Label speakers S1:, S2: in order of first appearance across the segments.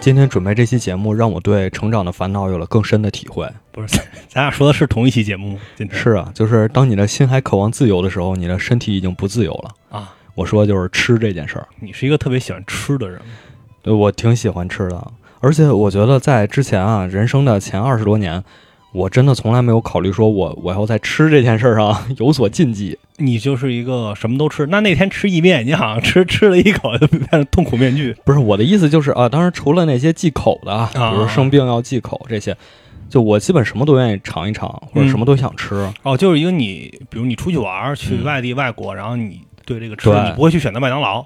S1: 今天准备这期节目，让我对成长的烦恼有了更深的体会。
S2: 不是，咱咱俩说的是同一期节目吗？今天
S1: 是啊，就是当你的心还渴望自由的时候，你的身体已经不自由了。
S2: 啊，
S1: 我说就是吃这件事儿，
S2: 你是一个特别喜欢吃的人吗，
S1: 对我挺喜欢吃的，而且我觉得在之前啊，人生的前二十多年，我真的从来没有考虑说我我要在吃这件事儿上 有所禁忌。
S2: 你就是一个什么都吃。那那天吃意面，你好像吃吃了一口就变成痛苦面具。
S1: 不是我的意思就是啊，当然除了那些忌口的啊，比
S2: 啊
S1: 如生病要忌口这些，就我基本什么都愿意尝一尝，或
S2: 嗯
S1: 者什么都想吃。
S2: 哦，就是一个你，比如你出去玩儿，去
S1: 嗯
S2: 外地、外国，然后你对这个吃，
S1: 对
S2: 你不会去选择麦当劳，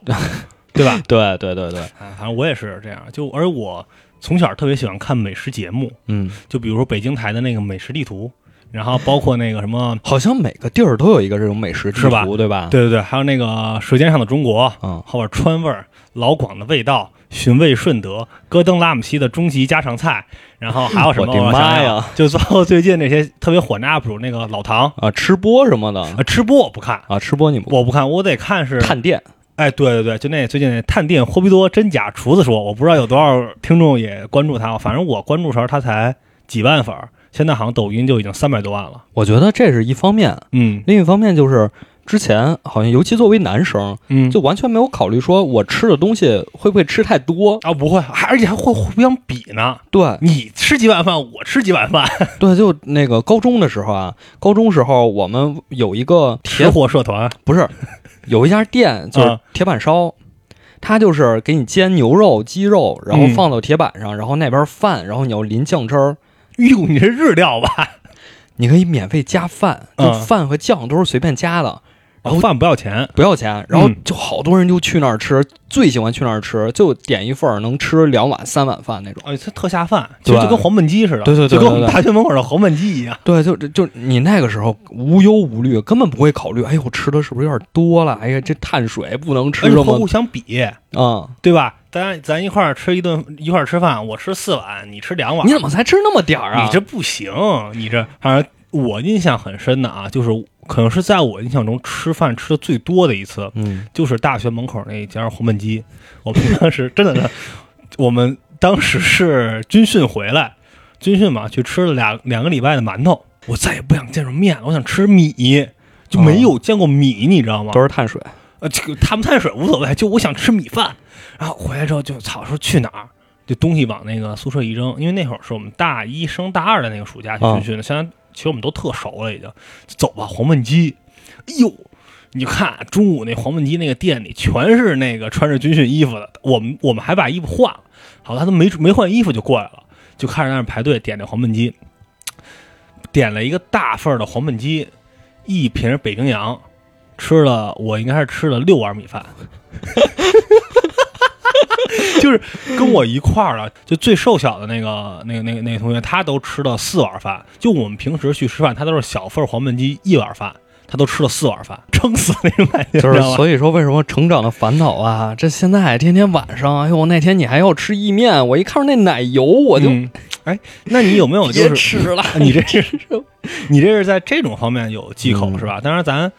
S2: 对吧？
S1: 对对对对，
S2: 啊，反正我也是这样。就而我从小特别喜欢看美食节目，
S1: 嗯，
S2: 就比如说北京台的那个美食地图，然后包括那个什么，
S1: 好像每个地儿都有一个这种美食地
S2: 是吧
S1: 图，对吧？，
S2: 对对对，还有那个《舌尖上的中国》，
S1: 嗯，
S2: 后边川味儿、老广的味道、寻味顺德、戈登拉姆西的终极家常菜，然后还有什么？
S1: 我的妈呀！
S2: 就包括最近那些特别火的 UP 主，那个老唐
S1: 啊，吃播什么的
S2: 啊，吃播我不看，
S1: 啊，吃播你不
S2: 我不看，我得看是
S1: 探店，
S2: 哎，对对对，就那最近那探店霍比多真假厨子说，我不知道有多少听众也关注他，反正我关注时候他才几万粉儿，现在好像抖音就已经三百多万了。
S1: 我觉得这是一方面，
S2: 嗯
S1: 另一方面就是之前好像尤其作为男生，
S2: 嗯，
S1: 就完全没有考虑说我吃的东西会不会吃太多。
S2: 啊不会，还而且还会互相比呢，
S1: 对
S2: 你吃几碗饭，我吃几碗饭，
S1: 对，就那个高中的时候啊，高中时候我们有一个
S2: 铁
S1: 铁
S2: 火社团
S1: 不是有一家店就是
S2: 啊
S1: 铁板烧。它就是给你煎牛肉、鸡肉，然后
S2: 嗯
S1: 放到铁板上，然后那边饭，然后你要淋酱汁儿，
S2: 哟，你是日料吧？
S1: 你可以免费加饭，就
S2: 嗯
S1: 饭和酱都是随便加的，然后
S2: 饭不要钱，
S1: 不要钱。然后
S2: 嗯
S1: 就好多人就去那儿吃，最喜欢去那儿吃，就点一份儿能吃两碗三碗饭那种。
S2: 哎，它特下饭，其实
S1: 对
S2: 就跟黄焖鸡似的，
S1: 对对对
S2: 就跟我
S1: 对
S2: 们
S1: 对
S2: 大学门口的黄焖鸡一样。
S1: 对，就就就你那个时候无忧无虑，根本不会考虑，哎呦，吃的是不是有点多了？哎呀，这碳水不能吃
S2: 而且
S1: 这
S2: 会互
S1: 么
S2: 相比，
S1: 啊、
S2: 对吧？咱咱一块儿吃一顿，一块儿吃饭，我吃四碗，你吃两碗，
S1: 你怎么才吃那么点儿啊？
S2: 你这不行，你这反正我印象很深的啊，就是可能是在我印象中吃饭吃的最多的一次，
S1: 嗯，
S2: 就是大学门口那一家红焖鸡。我们当时真的，我们当时是军训回来，军训嘛，去吃了两两个礼拜的馒头，我再也不想见着面了，我想吃米。就没有见过米，你知道吗？
S1: 都是碳 水。
S2: 呃，这个碳不碳水无所谓，就我想吃米饭。然后回来之后就操，说去哪儿，就东西往那个宿舍一扔，因为那会儿是我们大一升大二的那个暑假去军训的，现在其实我们都特熟了，已经。走吧，黄焖鸡，哎呦！你就看中午那黄焖鸡那个店里全是那个穿着军训衣服的，我们我们还把衣服换了，好，他都没没换衣服就过来了，就看着那儿排队点那黄焖鸡，点了一个大份儿的黄焖鸡，一瓶北冰洋，吃了我应该是吃了六碗米饭， 就是跟我一块儿了，就最瘦小的那个那个那个那个同学，他都吃了四碗饭。就我们平时去吃饭，他都是小份儿黄焖鸡一碗饭，他都吃了四碗饭，撑死那种感觉，
S1: 就
S2: 你
S1: 是
S2: 知道吗
S1: 所以说，为什么成长的烦恼啊？这现在天天晚上，哎呦，那天你还要吃意面，我一看那奶油，我就、
S2: 嗯哎，那你有没有就是
S1: 吃了。
S2: 你 这是你这是在这种方面有忌口、
S1: 嗯
S2: 是吧？当然咱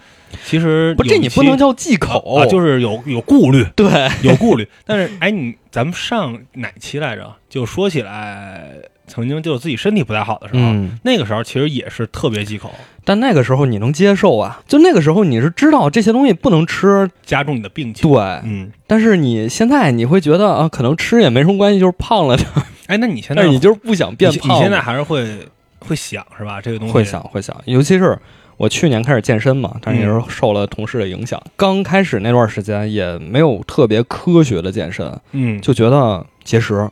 S2: 其实
S1: 不，这你不能叫哦忌口，
S2: 口啊，就是有有顾虑，
S1: 对，
S2: 有顾虑。但是哎，你咱们上哪期来着？就说起来，曾经就是自己身体不太好的时候，
S1: 嗯
S2: 那个时候其实也是特别忌口，
S1: 但那个时候你能接受啊，就那个时候你是知道这些东西不能吃，
S2: 加重你的病情。
S1: 对。
S2: 嗯，
S1: 但是你现在你会觉得啊，可能吃也没什么关系，就是胖了点儿，
S2: 哎，那你现在
S1: 但是你就是不想变
S2: 你
S1: 胖。
S2: 你现在还是会会想是吧？这个东西
S1: 会想会想，尤其是我去年开始健身嘛，但是
S2: 嗯
S1: 也是受了同事的影响，刚开始那段时间也没有特别科学的健身，
S2: 嗯，
S1: 就觉得节食。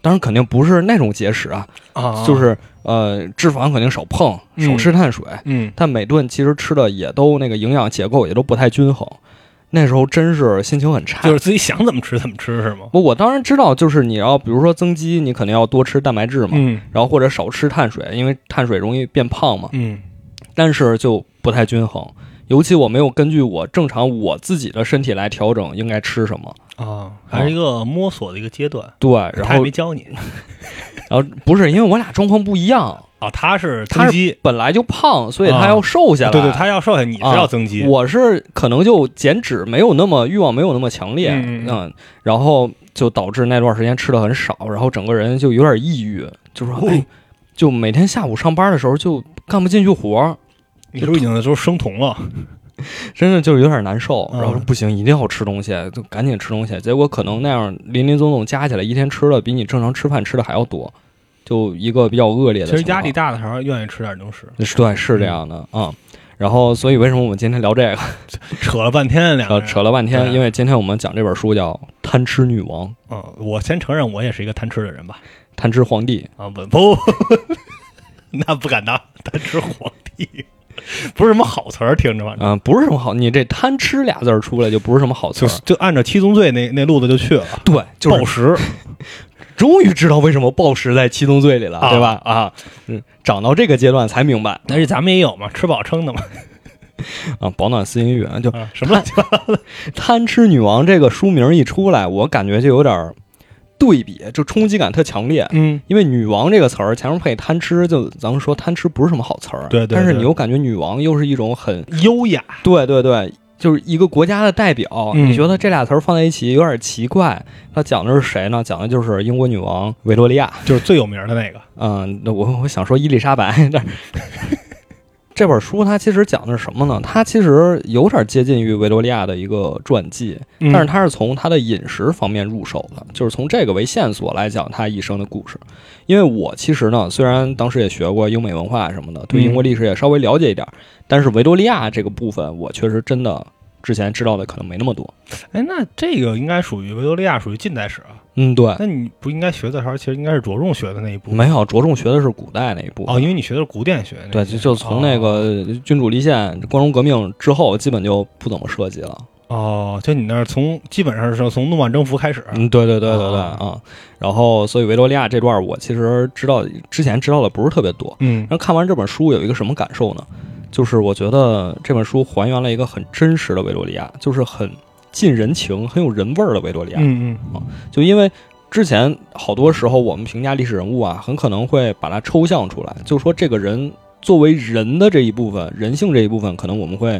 S1: 当然肯定不是那种节食啊，
S2: 啊，
S1: 就是呃脂肪肯定少碰，少吃碳水，
S2: 嗯，
S1: 但每顿其实吃的也都那个营养结构也都不太均衡。那时候真是心情很差。
S2: 就是自己想怎么吃怎么吃是吗？
S1: 我我当然知道，就是你要比如说增肌，你肯定要多吃蛋白质嘛，
S2: 嗯
S1: 然后或者少吃碳水，因为碳水容易变胖嘛。
S2: 嗯
S1: 但是就不太均衡，尤其我没有根据我正常我自己的身体来调整应该吃什么。
S2: 啊，还是一个摸索的一个阶段。
S1: 对，
S2: 他
S1: 然
S2: 也
S1: 后
S2: 没教你
S1: 然后不是因为我俩状况不一样，
S2: 啊，他是
S1: 他
S2: 增
S1: 是
S2: 肌，
S1: 本来就胖，所以他
S2: 啊
S1: 要瘦下来。
S2: 对对，他要瘦下，你是
S1: 啊
S2: 要增肌，
S1: 我是可能就减脂没有那么欲望没有那么强烈，
S2: 嗯嗯嗯
S1: 然后就导致那段时间吃的很少，然后整个人就有点抑郁，就说、
S2: 哦
S1: 哎，就每天下午上班的时候就干不进去活儿，
S2: 你是不是已经就是生酮了？
S1: 真的就是有点难受。
S2: 嗯
S1: 然后说不行，一定要吃东西，就赶紧吃东西。结果可能那样林林总总加起来，一天吃的比你正常吃饭吃的还要多，就一个比较恶劣的
S2: 其
S1: 情况。
S2: 实压力大的时候愿意吃点零食，
S1: 是对，是这样的啊、嗯然后，所以为什么我们今天聊这个，
S2: 扯了半天两个
S1: 扯
S2: 人。
S1: 啊扯了半天？
S2: 对
S1: 因为今天我们讲这本书叫《贪吃女王》《
S2: 嗯，我先承认我也是一个贪吃的人吧。
S1: 贪吃皇帝》，
S2: 啊，不 不，那不敢当，贪吃皇帝 不是什么好词儿，听着吧。
S1: 嗯、不是什么好，你这“贪吃”俩字儿出来就不是什么好词
S2: 就
S1: 儿。
S2: 是就按照七宗罪那那路子啊就去了，
S1: 对，就
S2: 暴
S1: 是
S2: 食
S1: 终于知道为什么暴食在七宗罪里了，
S2: 啊
S1: 对吧？啊，嗯，长到这个阶段才明白
S2: 但是咱们也有嘛，吃饱撑的嘛，
S1: 啊，保暖思淫欲就
S2: 啊，什么乱七八
S1: 《贪吃女王》这个书名一出来，我感觉就有点儿对比，就冲击感特强烈。
S2: 嗯，
S1: 因为“女王”这个词儿前面配“贪吃”，就咱们说贪吃不是什么好词儿，
S2: 对对
S1: 但是
S2: 对
S1: 你又感觉女王又是一种很，
S2: 优雅，
S1: 对对对，就是一个国家的代表。
S2: 嗯
S1: 你觉得这俩词儿放在一起有点奇怪？它讲的是谁呢？讲的就是英国女王维多利亚。
S2: 就是最有名的那个，
S1: 嗯，那我我想说伊丽莎白，但是这本书它其实讲的是什么呢？它其实有点接近于维多利亚的一个传记，
S2: 嗯
S1: 但是他是从他的饮食方面入手的，就是从这个为线索来讲他一生的故事。因为我其实呢，虽然当时也学过英美文化什么的，对
S2: 嗯
S1: 英国历史也稍微了解一点儿，但是维多利亚这个部分，我确实真的之前知道的可能没那么多。
S2: 哎，那这个应该属于维多利亚，属于近代史啊。
S1: 嗯，对，
S2: 那你不应该学的时候，其实应该是着重学的那一部分
S1: 没有着重学的是古代那一部分
S2: 哦，因为你学的是古典学
S1: 对，
S2: 那些，
S1: 就哦就从那个君主立宪、光荣革命之后，基本就不怎么涉及了。
S2: 哦，哦就你那儿从基本上是从诺曼征服开始，
S1: 嗯，对对对对对
S2: 啊
S1: 啊、然后，所以维多利亚这段我其实知道之前知道的不是特别多。
S2: 嗯
S1: 然后看完这本书有一个什么感受呢？就是我觉得这本书还原了一个很真实的维多利亚，就是很近人情、很有人味儿的维多利亚。
S2: 嗯嗯，
S1: 就因为之前好多时候我们评价历史人物啊，很可能会把它抽象出来，就说这个人作为人的这一部分、人性这一部分，可能我们会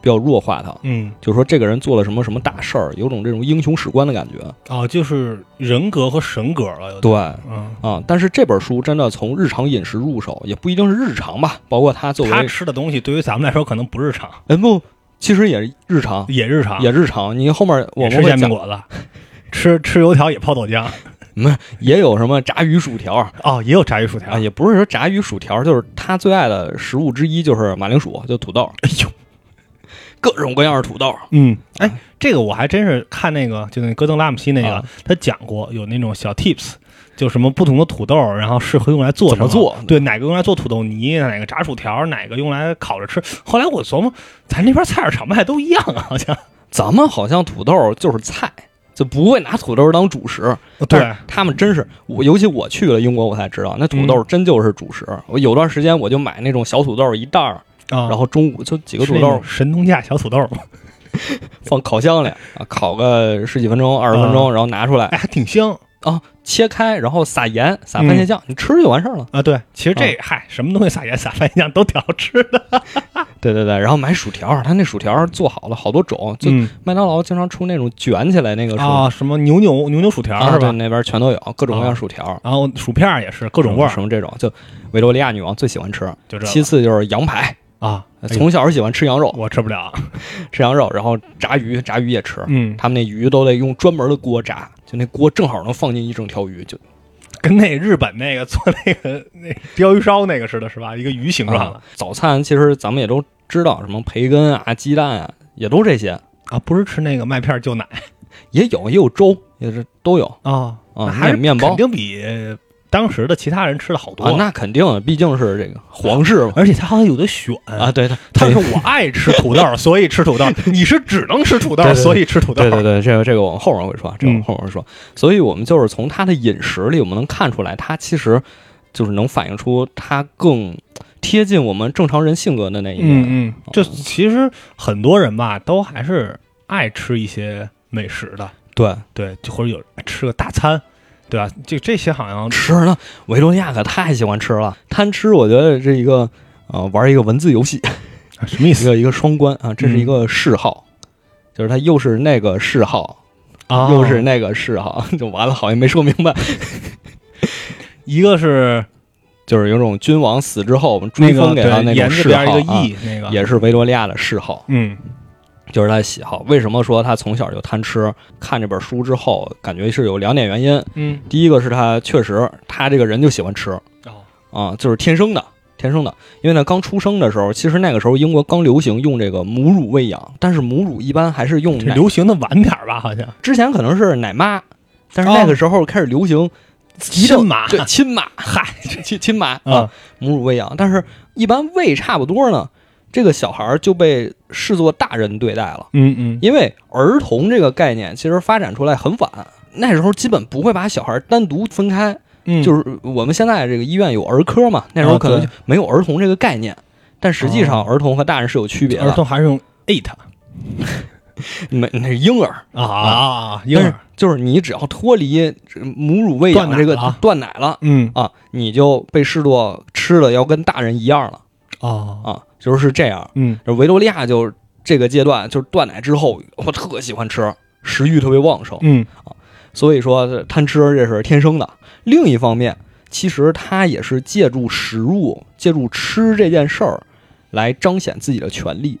S1: 比较弱化它，
S2: 嗯，
S1: 就说这个人做了什么什么大事儿，有种这种英雄史观的感觉。
S2: 哦，就是人格和神格了，有点，
S1: 对。
S2: 嗯，
S1: 啊、但是这本书真的从日常饮食入手，也不一定是日常吧，包括他作为
S2: 他吃的东西对于咱们来说可能不日常，
S1: 哎不，其实也日常，
S2: 也日常，
S1: 也日常。你后面我们
S2: 也吃煎
S1: 会讲，
S2: 饼果子， 吃吃油条也泡豆浆，
S1: 也有什么炸鱼薯条啊，
S2: 哦，也有炸鱼薯条，
S1: 也不是说炸鱼薯条，就是他最爱的食物之一就是马铃薯，就土豆，
S2: 哎呦，
S1: 各种各样的土豆。
S2: 嗯，哎，这个我还真是看那个，就那戈登拉姆西那个
S1: 啊，
S2: 他讲过有那种小 tips，就什么不同的土豆，然后适合用来做
S1: 怎么
S2: 什
S1: 做
S2: 对，哪个用来做土豆泥，哪个炸薯条，哪个用来烤着吃。后来我琢磨，咱这边菜市场卖都一样啊，好像。
S1: 咱们好像土豆就是菜，就不会拿土豆当主食。但是
S2: 对，啊
S1: 他们真是我，尤其我去了英国，我才知道那土豆真就是主食。我有段时间我就买那种小土豆一袋儿，
S2: 然
S1: 然后中午就几
S2: 几
S1: 个土豆
S2: 神农架小土 豆嘛，
S1: 放烤箱里啊，烤个十几分钟、二十分钟，然后拿出来
S2: 哎，还挺香
S1: 啊，切开，然后撒盐、撒番
S2: 嗯
S1: 茄酱，你吃就完事儿了。
S2: 啊。对，其实这嗨，什么东西撒盐撒番茄酱都挺好吃的。
S1: 对对对，然后买薯条，他那薯条做好了好多种，就
S2: 嗯
S1: 麦当劳经常出那种卷起来那个薯，
S2: 啊，什么牛牛牛牛薯条
S1: 啊
S2: 是
S1: 对
S2: 吧？
S1: 那边全都有各种各样薯条，
S2: 然后薯片儿也是啊各种味
S1: 什
S2: 儿，
S1: 么这种，就维多利亚女王最喜欢吃。
S2: 就这
S1: 其
S2: 个
S1: 次就是羊排，
S2: 啊。哎呦
S1: 从小就喜欢吃羊肉，
S2: 我吃不了，啊
S1: 吃羊肉，然后炸鱼，炸鱼也吃。
S2: 嗯，
S1: 他们那鱼都得用专门的锅炸，就那锅正好能放进一整条鱼，就
S2: 跟那日本那个做那个那鲷鱼烧那个似的，是吧？一个鱼形状的
S1: 啊早餐其实咱们也都知道，什么培根啊、鸡蛋啊，也都这些，
S2: 啊，不是吃那个麦片就奶
S1: 也有也有粥，也是都有
S2: 啊
S1: 啊
S2: 那
S1: 那
S2: 还是
S1: 面包
S2: 肯定比呃当时的其他人吃的好多。
S1: 啊。那肯定的，毕竟是这 个皇室嘛
S2: 而且他好像有的选
S1: 啊，，对对，
S2: 嗯他说我爱吃土豆，所以吃 土豆；你是只能吃土
S1: 对
S2: 豆，
S1: 对对
S2: 所以吃土豆。
S1: 对对对，这个这个我们后面会说啊，这个我们
S2: 嗯
S1: 后面会说。所以我们就是从他的饮食里，我们能看出来，他其实就是能反映出他更贴近我们正常人性格的那一面。
S2: 嗯嗯，就其实很多人吧，都还是爱吃一些美食的，
S1: 对，
S2: 对，就或者有吃个大餐，对吧？就这些好像
S1: 吃呢，维多利亚可太喜欢吃了，贪吃，我觉得是一个呃玩一个文字游戏，
S2: 啊什么意嗯
S1: 一？个一个双关啊，这是一个嗜好，就是他又是那个嗜好。
S2: 啊，
S1: 又是那个是哈，就完了，好 像没说明白，
S2: 一个是
S1: 就是有种君王死之后，我们
S2: 那
S1: 追封
S2: 个
S1: 给他
S2: 对
S1: 那
S2: 言
S1: 种
S2: 字
S1: 谥
S2: 边一
S1: 号
S2: 个
S1: 啊，
S2: 义那个，
S1: 也是维多利亚的谥号，
S2: 嗯
S1: 就是他的喜好。为什么说他从小就贪吃？看这本书之后，感觉是有两点原因。
S2: 嗯
S1: 第一个是他确实他这个人就喜欢吃
S2: 哦
S1: 啊、就是天生的。天生的，因为呢，刚出生的时候，其实那个时候英国刚流行用这个母乳喂养，但是母乳一般还是用
S2: 这
S1: 奶
S2: 流行的晚点儿吧，好像
S1: 之前可能是奶妈，但是那个时候开始流行一定
S2: 哦亲妈
S1: 对亲妈，嗨，亲亲妈啊
S2: 啊，，
S1: 母乳喂养，但是一般喂差不多呢，这个小孩儿就被视作大人对待了，
S2: 嗯嗯，
S1: 因为儿童这个概念其实发展出来很晚。那时候基本不会把小孩儿单独分开，
S2: 嗯
S1: 就是我们现在这个医院有儿科嘛，那时候可能
S2: 啊
S1: 就没有儿童这个概念，但实际上儿童和大人是有区别
S2: 儿
S1: 的。
S2: 童还是用 it
S1: 没，那是婴儿，
S2: 啊，婴
S1: 但是
S2: 儿，
S1: 就是你只要脱离这母乳喂养
S2: 断奶
S1: 这个
S2: 了
S1: 断奶了
S2: 嗯
S1: 啊，你就被视作吃的要跟大人一样了
S2: 哦，
S1: 啊，就是这样。
S2: 嗯
S1: 就维多利亚就这个阶段，就是断奶之后，我特喜欢吃，食欲特别旺盛，
S2: 嗯
S1: 所以说贪吃这是天生的。另一方面，其实他也是借助食物、借助吃这件事儿来彰显自己的权利，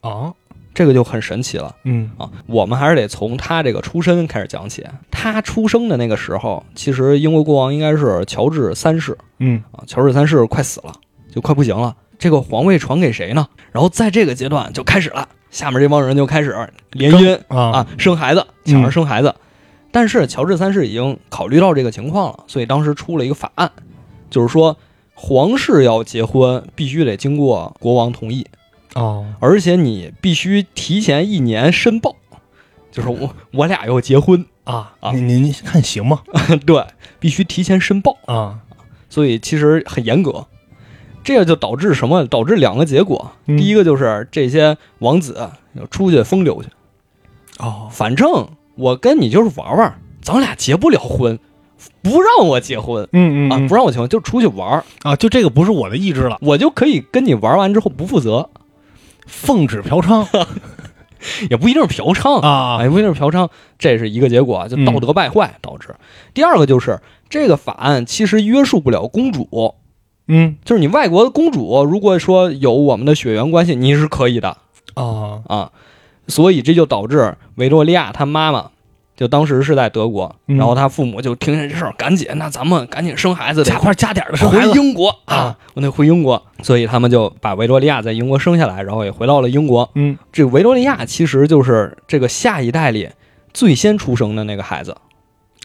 S2: 哦，
S1: 这个就很神奇了。
S2: 嗯
S1: 啊，我们还是得从他这个出身开始讲起。他出生的那个时候，其实英国国王应该是乔治三世
S2: 嗯
S1: 啊，乔治三世快死了，就快不行了。这个皇位传给谁呢？然后在这个阶段就开始了，下面这帮人就开始联姻
S2: 啊
S1: 啊，生孩子，抢着
S2: 嗯
S1: 生孩子。但是乔治三世已经考虑到这个情况了，所以当时出了一个法案，就是说皇室要结婚必须得经过国王同意。
S2: 哦，
S1: 而且你必须提前一年申报，就是我我俩要结婚，
S2: 啊
S1: 啊
S2: 您您看行吗？
S1: 对，必须提前申报，
S2: 啊，
S1: 所以其实很严格。这个就导致什么？导致两个结果，
S2: 嗯
S1: 第一个就是这些王子出去风流去，
S2: 哦，
S1: 反正我跟你就是玩玩，咱俩结不了婚，不让我结婚
S2: 嗯嗯
S1: 啊，
S2: 嗯
S1: 不让我结婚就出去玩儿，
S2: 啊，就这个不是我的意志了，
S1: 我就可以跟你玩完之后不负责，
S2: 奉旨嫖娼
S1: 也不一定是嫖娼
S2: 啊嗯
S1: 哎，不一定是嫖娼，这是一个结果啊，就道德败坏导致。第二个就是这个法案其实约束不了公主，
S2: 嗯
S1: 就是你外国的公主，如果说有我们的血缘关系，你是可以的
S2: 啊
S1: 啊。所以这就导致维多利亚她妈妈就当时是在德国，
S2: 嗯
S1: 然后她父母就听见这事儿，赶紧，那咱们赶紧生孩子得
S2: 加快加点儿的生孩
S1: 回
S2: 子
S1: 英国啊
S2: 啊，
S1: 我得回英国，所以他们就把维多利亚在英国生下来，然后也回到了英国。
S2: 嗯
S1: 这维多利亚其实就是这个下一代里最先出生的那个孩子，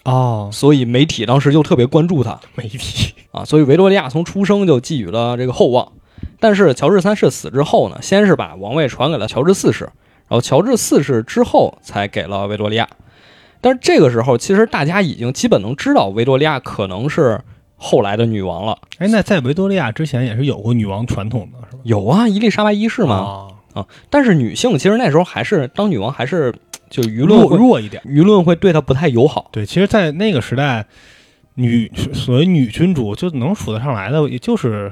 S2: 哦，
S1: 所以媒体当时就特别关注他
S2: 没题
S1: 啊，所以维多利亚从出生就寄予了这个厚望。但是乔治三世死之后呢，先是把王位传给了乔治四世，然后乔治四世之后才给了维多利亚。但是这个时候，其实大家已经基本能知道维多利亚可能是后来的女王了。
S2: 哎，那在维多利亚之前也是有过女王传统的，是吧？
S1: 有啊，伊丽莎白一世嘛。
S2: 吗？
S1: 但是女性其实那时候还是当女王，还是就舆论
S2: 弱
S1: 会
S2: 弱一点。
S1: 舆论会对她不太友好。
S2: 对，其实，在那个时代，女所谓女君主就能数得上来的，也就是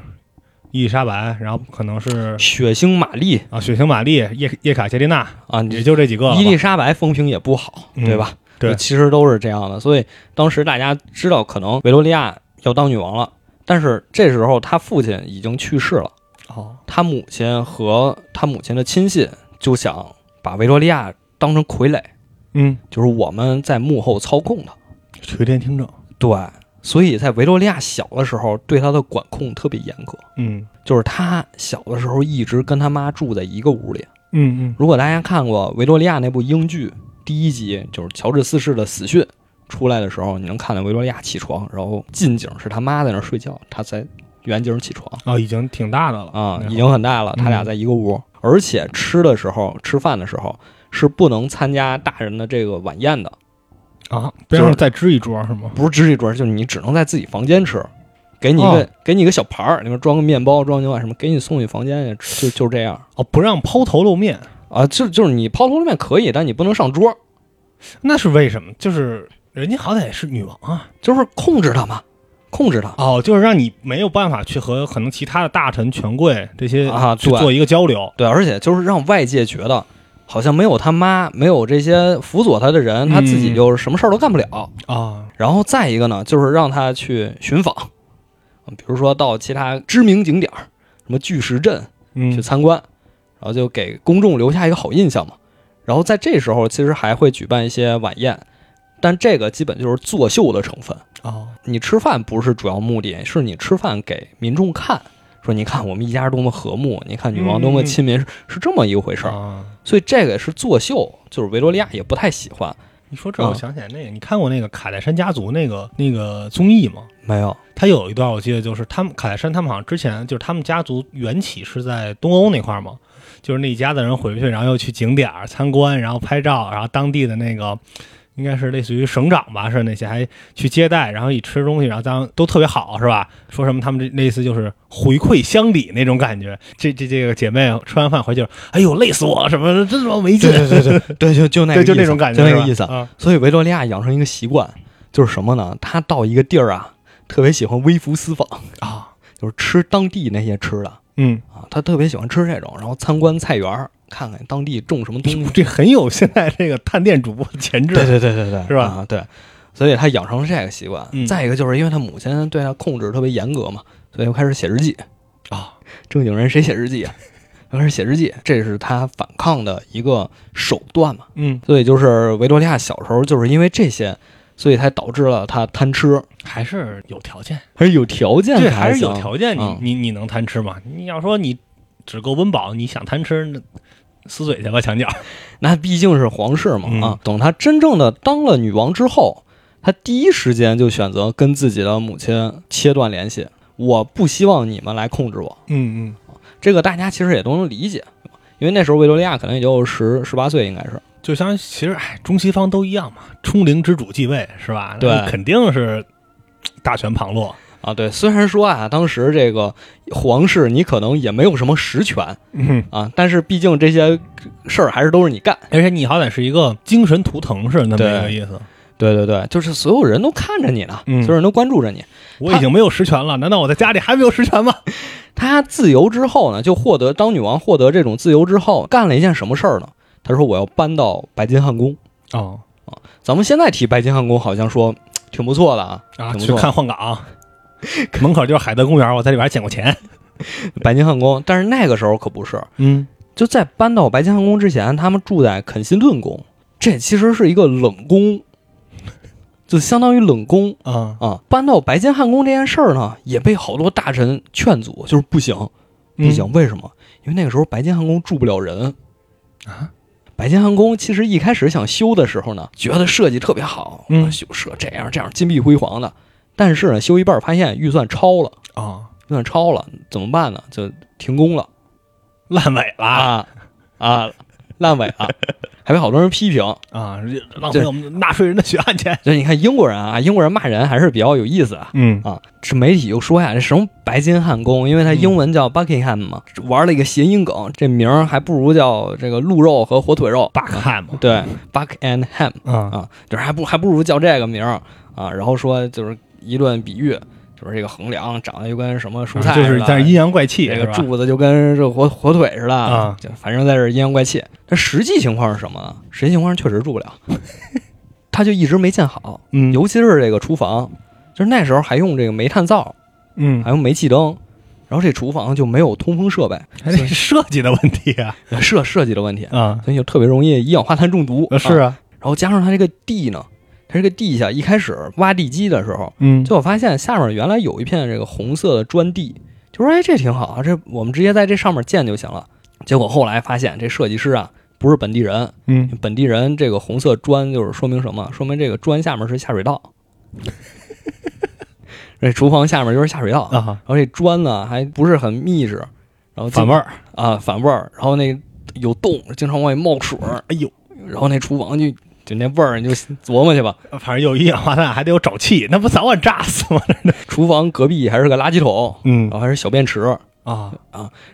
S2: 伊丽莎白，然后可能是
S1: 血腥玛丽
S2: 啊，血腥玛丽、叶叶卡捷琳娜，
S1: 啊，你
S2: 也就这几个了吧。
S1: 伊丽莎白风评也不好，
S2: 嗯
S1: 对吧？
S2: 对
S1: 就其实都是这样的。所以当时大家知道，可能维多利亚要当女王了，但是这时候她父亲已经去世了，
S2: 哦，
S1: 她母亲和她母亲的亲信就想把维多利亚当成傀儡，
S2: 嗯，
S1: 就是我们在幕后操控她。
S2: 垂帘听政，
S1: 对，所以在维多利亚小的时候，对她的管控特别严格。
S2: 嗯
S1: 就是她小的时候一直跟她妈住在一个屋里，
S2: 嗯
S1: 如果大家看过维多利亚那部英剧，第一集就是乔治四世的死讯出来的时候，你能看到维多利亚起床，然后近景是他妈在那儿睡觉，他在远景起床
S2: 嗯，哦，已经挺大的了
S1: 啊，
S2: 那会儿
S1: 已经很大了，
S2: 嗯
S1: 他俩在一个屋，而且吃的时候吃饭的时候是不能参加大人的这个晚宴的，
S2: 啊，
S1: 就
S2: 边上
S1: 是
S2: 再支一桌是吗？
S1: 不是支一桌，就是你只能在自己房间吃。给你一个、
S2: 哦
S1: 给你一个小盘儿，里面装个面包，装牛奶什么，给你送去房间去吃，就就这样
S2: 哦，不让抛头露面，
S1: 啊。就就是你抛头露面可以，但你不能上桌，
S2: 那是为什么？就是人家好歹也是女王啊，
S1: 就是控制他嘛，控制他。
S2: 哦，就是让你没有办法去和可能其他的大臣、权贵这些
S1: 啊
S2: 去
S1: 对
S2: 做一个交流，
S1: 对，而且就是让外界觉得好像没有他妈，没有这些辅佐他的人，他自己就什么事儿都干不了。
S2: 啊，
S1: 然后再一个呢，就是让他去寻访，嗯比如说到其他知名景点儿，什么巨石阵
S2: 嗯
S1: 去参观，然后就给公众留下一个好印象嘛。然后在这时候，其实还会举办一些晚宴，但这个基本就是作秀的成分。
S2: 啊，
S1: 你吃饭不是主要目的，是你吃饭给民众看，说你看我们一家多么和睦，你看女王多么亲民，是是这么一回事儿。
S2: 啊，
S1: 所以这个是作秀，就是维多利亚也不太喜欢。
S2: 你说这儿
S1: 啊
S2: 我想起来那个，你看过那个卡戴珊家族那个那个综艺吗？
S1: 没有，
S2: 他有一段我记得就是他们卡戴珊他们好像之前就是他们家族缘起是在东欧那块儿嘛，就是那一家子人回去，然后又去景点儿参观，然后拍照，然后当地的那个 应该是类似于省长吧，是那些还去接待，然后一吃东西，然后当都特别好是吧？说什么他们这类似就是回馈乡里那种感觉，这这这个姐妹吃完饭回去，哎呦累死我了，什么的真 他妈没劲，
S1: 对对对对，就就那个
S2: 对，就
S1: 意思
S2: 那种感觉，
S1: 就那
S2: 是吧
S1: 个意思。
S2: 啊
S1: 所以维多利亚养成一个习惯，就是什么呢？他到一个地儿啊，特别喜欢微服私访，
S2: 啊，
S1: 就是吃当地那些吃的
S2: 嗯，
S1: 啊，他特别喜欢吃这种，然后参观菜园儿，看看当地种什么东西。
S2: 嗯这很有现在这个探店主播的潜质，
S1: 对对对对对，
S2: 是吧
S1: 啊，对，所以他养成了这个习惯。
S2: 嗯
S1: 再一个就是因为他母亲对他控制特别严格嘛，所以又开始写日记。
S2: 啊，
S1: 正经人谁写日记 啊？开始写日记，这是他反抗的一个手段嘛。
S2: 嗯，
S1: 所以就是维多利亚小时候就是因为这些，所以才导致了他贪吃，
S2: 还是有条件。
S1: 还是有条件
S2: 对，
S1: 才
S2: 还是有
S1: 行
S2: 条件，你、
S1: 嗯
S2: 你你能贪吃吗？你要说你只够温饱，你想贪吃，那撕嘴去吧，墙角。
S1: 那毕竟是皇室嘛、
S2: 嗯
S1: 啊。等她真正的当了女王之后，她第一时间就选择跟自己的母亲切断联系。我不希望你们来控制我，
S2: 嗯嗯，
S1: 这个大家其实也都能理解，因为那时候维多利亚可能也就十十八岁，应该是
S2: 就像其实哎，中西方都一样嘛，冲灵之主继位是吧？
S1: 对
S2: 那肯定是大权旁落。
S1: 啊。对，虽然说啊，当时这个皇室你可能也没有什么实权
S2: 嗯，
S1: 啊，但是毕竟这些事儿还是都是你干。
S2: 而且你好歹是一个精神图腾是那么一个意思。
S1: 对对对，就是所有人都看着你呢，
S2: 嗯
S1: 所有人都关注着你。
S2: 我已经没有实权了，难道我在家里还没有实权吗？
S1: 她自由之后呢，就获得当女王获得这种自由之后，干了一件什么事儿呢？她说我要搬到白金汉宫。
S2: 哦
S1: 咱们现在提白金汉宫，好像说嘖挺不错的啊，
S2: 啊，
S1: 挺不
S2: 去
S1: 错。
S2: 看换岗，门口就是海德公园，我在里边捡过钱。
S1: 白金汉宫，但是那个时候可不是，
S2: 嗯
S1: 就在搬到白金汉宫之前，他们住在肯辛顿宫，这其实是一个冷宫，就相当于冷宫
S2: 啊，
S1: 啊。搬到白金汉宫这件事儿呢，也被好多大臣劝阻，就是不行，
S2: 嗯
S1: 不行，为什么？因为那个时候白金汉宫住不了人
S2: 啊。
S1: 白金汉宫其实一开始想修的时候呢，觉得设计特别好，
S2: 嗯
S1: 修设这样这样金碧辉煌的，但是呢，修一半发现预算超了，
S2: 啊、哦，
S1: 预算超了，怎么办呢？就停工了
S2: 烂尾了。
S1: 啊啊，烂尾了，还被好多人批评。
S2: 啊，浪费我们纳税人的血汗钱。
S1: 所以你看英国人啊，英国人骂人还是比较有意思啊。
S2: 嗯
S1: 啊，这媒体就说呀，这什么白金汉宫，因为它英文叫 Buckingham 嘛，玩了一个谐音梗，这名儿还不如叫这个鹿肉和火腿 肉
S2: 巴克汉嘛，
S1: 对，Buck and Ham
S2: 啊
S1: 啊，就是还不还不如叫这个名儿啊。然后说就是一顿比喻，就是这个衡量长得就跟什么蔬菜
S2: 啊就
S1: 似
S2: 是
S1: 的，
S2: 但是阴阳怪气，
S1: 这
S2: 是
S1: 个
S2: 吧
S1: 柱子就跟这火火腿似的
S2: 啊，
S1: 就反正在这儿阴阳怪气。但实际情况是什么呢？实际情况是确实住不了， 他就一直没建好，
S2: 嗯
S1: 尤其是这个厨房，就是那时候还用这个煤炭灶，
S2: 嗯，
S1: 还有煤气灯，然后这厨房就没有通风设备，
S2: 还得是设计的问题啊
S1: 设设计的问题，
S2: 啊，
S1: 所以就特别容易一氧化碳中毒。
S2: 是
S1: 啊
S2: 啊，
S1: 然后加上它这个地呢，它这个地下一开始挖地基的时候，
S2: 嗯
S1: 就我发现下面原来有一片这个红色的砖地，就说哎这挺好啊，这我们直接在这上面建就行了。结果后来发现这设计师啊不是本地人，
S2: 嗯
S1: 本地人这个红色砖就是说明什么？说明这个砖下面是下水道， 这厨房下面就是下水道。
S2: 啊，
S1: 然后这砖呢还不是很密实，然后经
S2: 反味儿，
S1: 啊反味儿，然后那有洞，经常往外冒水儿，
S2: 哎呦，
S1: 然后那厨房就就那味儿，你就琢磨去吧。
S2: 反正有一氧化碳，还得有沼气，那不早晚炸死吗？
S1: 厨房隔壁还是个垃圾桶，
S2: 嗯
S1: 然后还是小便池，
S2: 啊，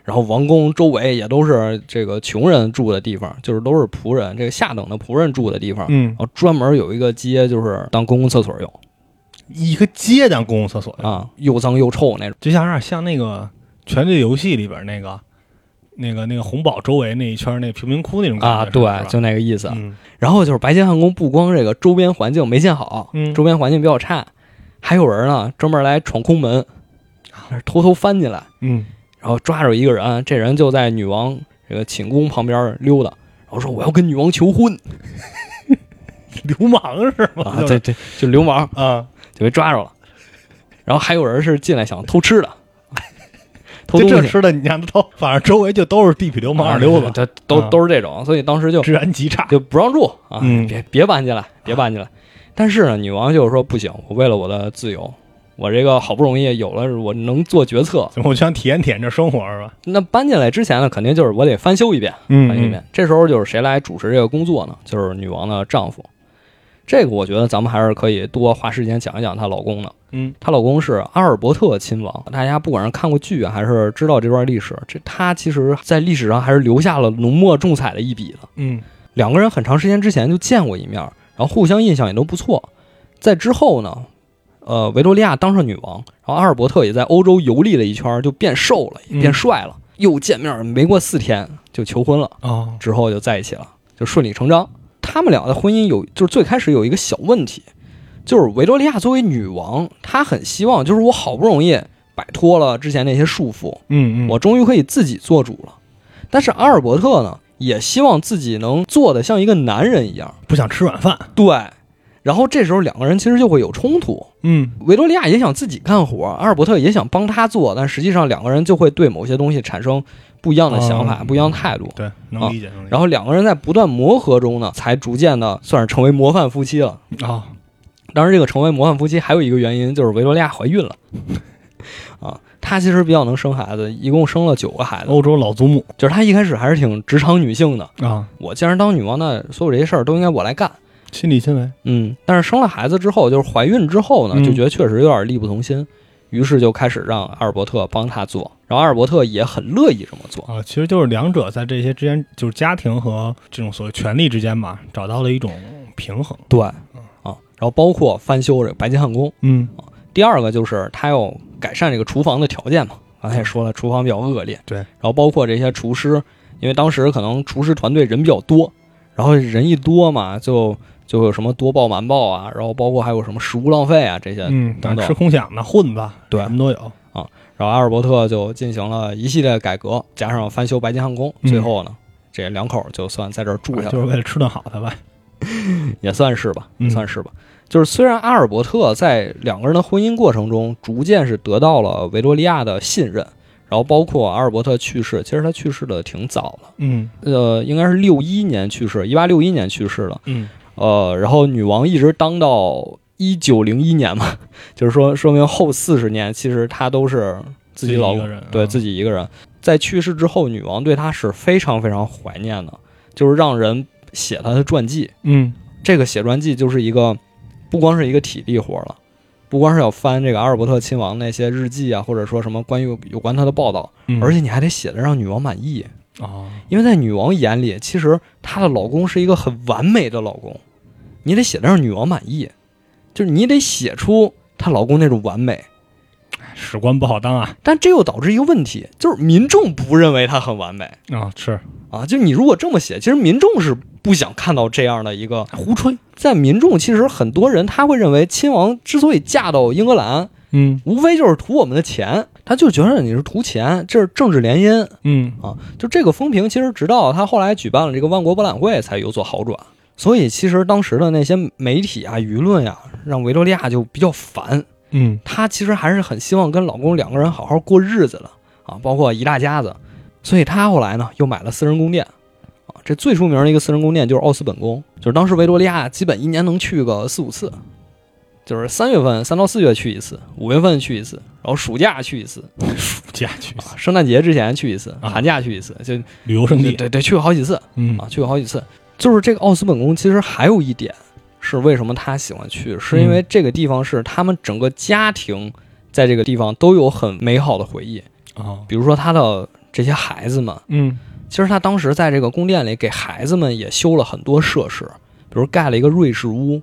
S1: 然后王宫周围也都是这个穷人住的地方，就是都是仆人，这个下等的仆人住的地方。
S2: 嗯
S1: 然，后专门有一个街，就是当公共厕所用
S2: 一个街当公共厕所，
S1: 啊，又脏又臭那种。
S2: 就像有点像那个《权力游戏》里边那个。那个那个红堡周围那一圈那贫民窟那种感觉
S1: 啊，
S2: 是吧
S1: 对，就那个意思。
S2: 嗯
S1: 然后就是白金汉宫不光这个周边环境没建好，
S2: 嗯
S1: 周边环境比较差，还有人呢专门来闯空门，
S2: 啊
S1: 偷偷翻进来，
S2: 嗯
S1: 然后抓着一个人，这人就在女王这个寝宫旁边溜达，然后说我要跟女王求婚
S2: 流氓是 吧？
S1: 啊，
S2: 就是
S1: 对对，就流氓
S2: 啊，
S1: 就被抓着了。然后还有人是进来想偷 吃的，偷
S2: 就
S1: 东
S2: 这
S1: 西，
S2: 吃的你让他偷，反正周围就都是地痞流氓二流子，
S1: 这都
S2: 啊
S1: 都是这种，所以当时就
S2: 治安极差。
S1: 就不让住啊，
S2: 嗯
S1: 别别搬进来，别搬进来。但是呢，女王就是说不行，我为了我的自由，我这个好不容易有了，我能做决策。
S2: 我想体验体验这生活是吧？
S1: 那搬进来之前呢，肯定就是我得翻修一遍，
S2: 嗯
S1: 翻修一遍。这时候就是谁来主持这个工作呢？就是女王的丈夫。这个我觉得咱们还是可以多花时间讲一讲她老公的。
S2: 嗯
S1: 她老公是阿尔伯特亲王，大家不管是看过剧啊，还是知道这段历史，这他其实在历史上还是留下了浓墨重彩的一笔的。
S2: 嗯
S1: 两个人很长时间之前就见过一面，然后互相印象也都不错。在之后呢，呃，维多利亚当上女王，然后阿尔伯特也在欧洲游历了一圈，就变瘦了，也变帅了。又见面，没过四天就求婚了，
S2: 哦
S1: 之后就在一起了，就顺理成章。他们俩的婚姻有，就是最开始有一个小问题，就是维多利亚作为女王，她很希望，就是我好不容易摆脱了之前那些束缚，
S2: 嗯嗯，
S1: 我终于可以自己做主了。但是阿尔伯特呢，也希望自己能做的像一个男人一样，
S2: 不想吃软饭。
S1: 对。然后这时候两个人其实就会有冲突，
S2: 嗯
S1: 维多利亚也想自己干活，阿尔伯特也想帮他做，但实际上两个人就会对某些东西产生不一样的想法、
S2: 哦
S1: 不一样的态度。
S2: 对，
S1: 啊
S2: 能理解能理解。
S1: 然后两个人在不断磨合中呢，才逐渐的算是成为模范夫妻了。
S2: 哦，
S1: 当然，这个成为模范夫妻还有一个原因就是维多利亚怀孕 了，啊，她其实比较能生孩子，一共生了九个孩子，
S2: 欧洲老祖母
S1: 就是她一开始还是挺职场女性的。
S2: 啊，
S1: 我既然当女王，那所有这些事儿都应该我来干。
S2: 亲力亲为。
S1: 嗯，但是生了孩子之后，就是怀孕之后呢，
S2: 嗯
S1: 就觉得确实有点力不从心，于是就开始让阿尔伯特帮他做，然后阿尔伯特也很乐意这么做。
S2: 啊，其实就是两者在这些之间，就是家庭和这种所谓权力之间吧，找到了一种平衡。
S1: 对，啊，然后包括翻修这个白金汉宫。
S2: 嗯，
S1: 第二个就是他要改善这个厨房的条件嘛，刚才也说了，厨房比较恶劣。
S2: 对
S1: 然后包括这些厨师，因为当时可能厨师团队人比较多，然后人一多嘛，就就有什么多报瞒报啊，然后包括还有什么食物浪费啊这些
S2: 嗯，
S1: 等等
S2: 吃空饷的混子，
S1: 对
S2: 什么都有。
S1: 然后阿尔伯特就进行了一系列改革，加上翻修白金汉宫，
S2: 嗯
S1: 最后呢，这两口就算在这儿住下
S2: 就
S1: 了，
S2: 是为了吃顿好的呗。
S1: 也算是吧，
S2: 嗯
S1: 也算是吧。就是虽然阿尔伯特在两个人的婚姻过程中，逐渐是得到了维多利亚的信任，然后包括阿尔伯特去世，其实他去世的挺早了，
S2: 嗯
S1: 呃，应该是六一年去世，一八六一年去世的，
S2: 嗯，
S1: 呃，然后女王一直当到一九零一年嘛， 就是说说明后四十年其实她都是自己老
S2: 一
S1: 公
S2: 个人
S1: 对
S2: 嗯
S1: 自己一个人，在去世之后，女王对他是非常非常怀念的，就是让人写他的传记。
S2: 嗯
S1: 这个写传记就是一个，不光是一个体力活了，不光是要翻这个阿尔伯特亲王那些日记啊，或者说什么关于有关他的报道，
S2: 嗯，
S1: 而且你还得写的让女王满意，
S2: 哦，
S1: 因为在女王眼里，其实她的老公是一个很完美的老公，你得写的让女王满意，就是你得写出她老公那种完美。
S2: 史官不好当啊
S1: 但这又导致一个问题，就是民众不认为她很完美
S2: 啊，是
S1: 啊。就你如果这么写，其实民众是不想看到这样的一个。
S2: 胡吹。
S1: 在民众其实很多人他会认为，亲王之所以嫁到英格兰，
S2: 嗯
S1: 无非就是图我们的钱，他就觉得你是图钱，这是政治联姻
S2: 嗯
S1: 啊。就这个风评，其实直到他后来举办了这个万国博览会才有所好转。所以其实当时的那些媒体啊、舆论呀、让维多利亚就比较烦，
S2: 嗯，
S1: 她其实还是很希望跟老公两个人好好过日子的啊，包括一大家子。所以她后来呢，又买了私人宫殿啊。这最出名的一个私人宫殿就是奥斯本宫，就是当时维多利亚基本一年能去个四五次，就是三月份三到四月去一次，五月份去一次，然后暑假去一次，
S2: 暑假去
S1: 啊圣诞节之前去一次，
S2: 啊
S1: 寒假去一次，就
S2: 旅游胜
S1: 对
S2: 地。
S1: 对对，去过好几次
S2: 嗯
S1: 啊，去过好几次。就是这个奥斯本宫，其实还有一点是为什么他喜欢去，是因为这个地方是他们整个家庭在这个地方都有很美好的回忆，
S2: 啊
S1: 比如说他的这些孩子们。
S2: 嗯
S1: 其实他当时在这个宫殿里给孩子们也修了很多设施，比如盖了一个瑞士屋。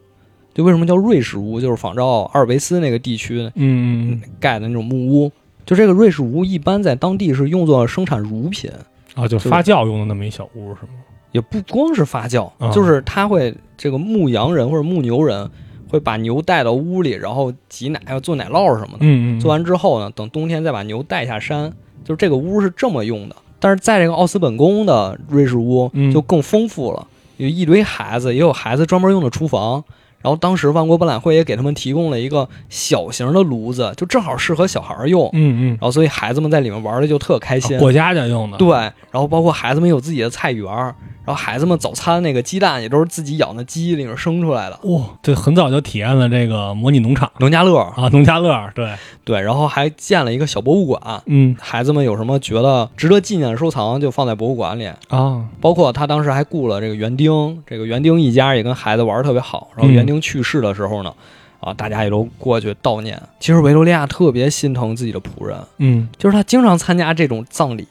S1: 就为什么叫瑞士屋，就是仿照阿尔卑斯那个地区
S2: 嗯嗯
S1: 盖的那种木屋。就这个瑞士屋，一般在当地是用作生产乳品，
S2: 嗯啊，
S1: 就
S2: 就
S1: 是
S2: 发酵用的那么一小屋是吗？
S1: 也不光是发酵，
S2: 啊
S1: 就是他会这个牧羊人或者牧牛人会把牛带到屋里，然后挤奶要做奶酪什么的。
S2: 嗯嗯，
S1: 做完之后呢，等冬天再把牛带下山，就是这个屋是这么用的。但是在这个奥斯本宫的瑞士屋
S2: 嗯
S1: 就更丰富了，有一堆孩子，也有孩子专门用的厨房。然后当时万国博览会也给他们提供了一个小型的炉子，就正好适合小孩儿用。
S2: 嗯嗯
S1: 然，后所以孩子们在里面玩的就特开心
S2: 啊。国家家用的，
S1: 对，然后包括孩子们有自己的菜园儿，然后孩子们早餐那个鸡蛋也都是自己养的鸡里面生出来的。
S2: 哇、对，很早就体验了这个模拟农场
S1: 农家乐，
S2: 啊，农 家乐，对，
S1: 对，然后还建了一个小博物馆，
S2: 嗯
S1: 孩子们有什么觉得值得纪念收藏，就放在博物馆里。
S2: 啊，
S1: 包括他当时还雇了这个园丁，这个园丁一家也跟孩子玩得特别好。然后
S2: 嗯
S1: 园丁去世的时候呢，啊，大家也都过去悼念。其实维多利亚特别心疼自己的仆人，
S2: 嗯
S1: 就是他经常参加这种葬礼。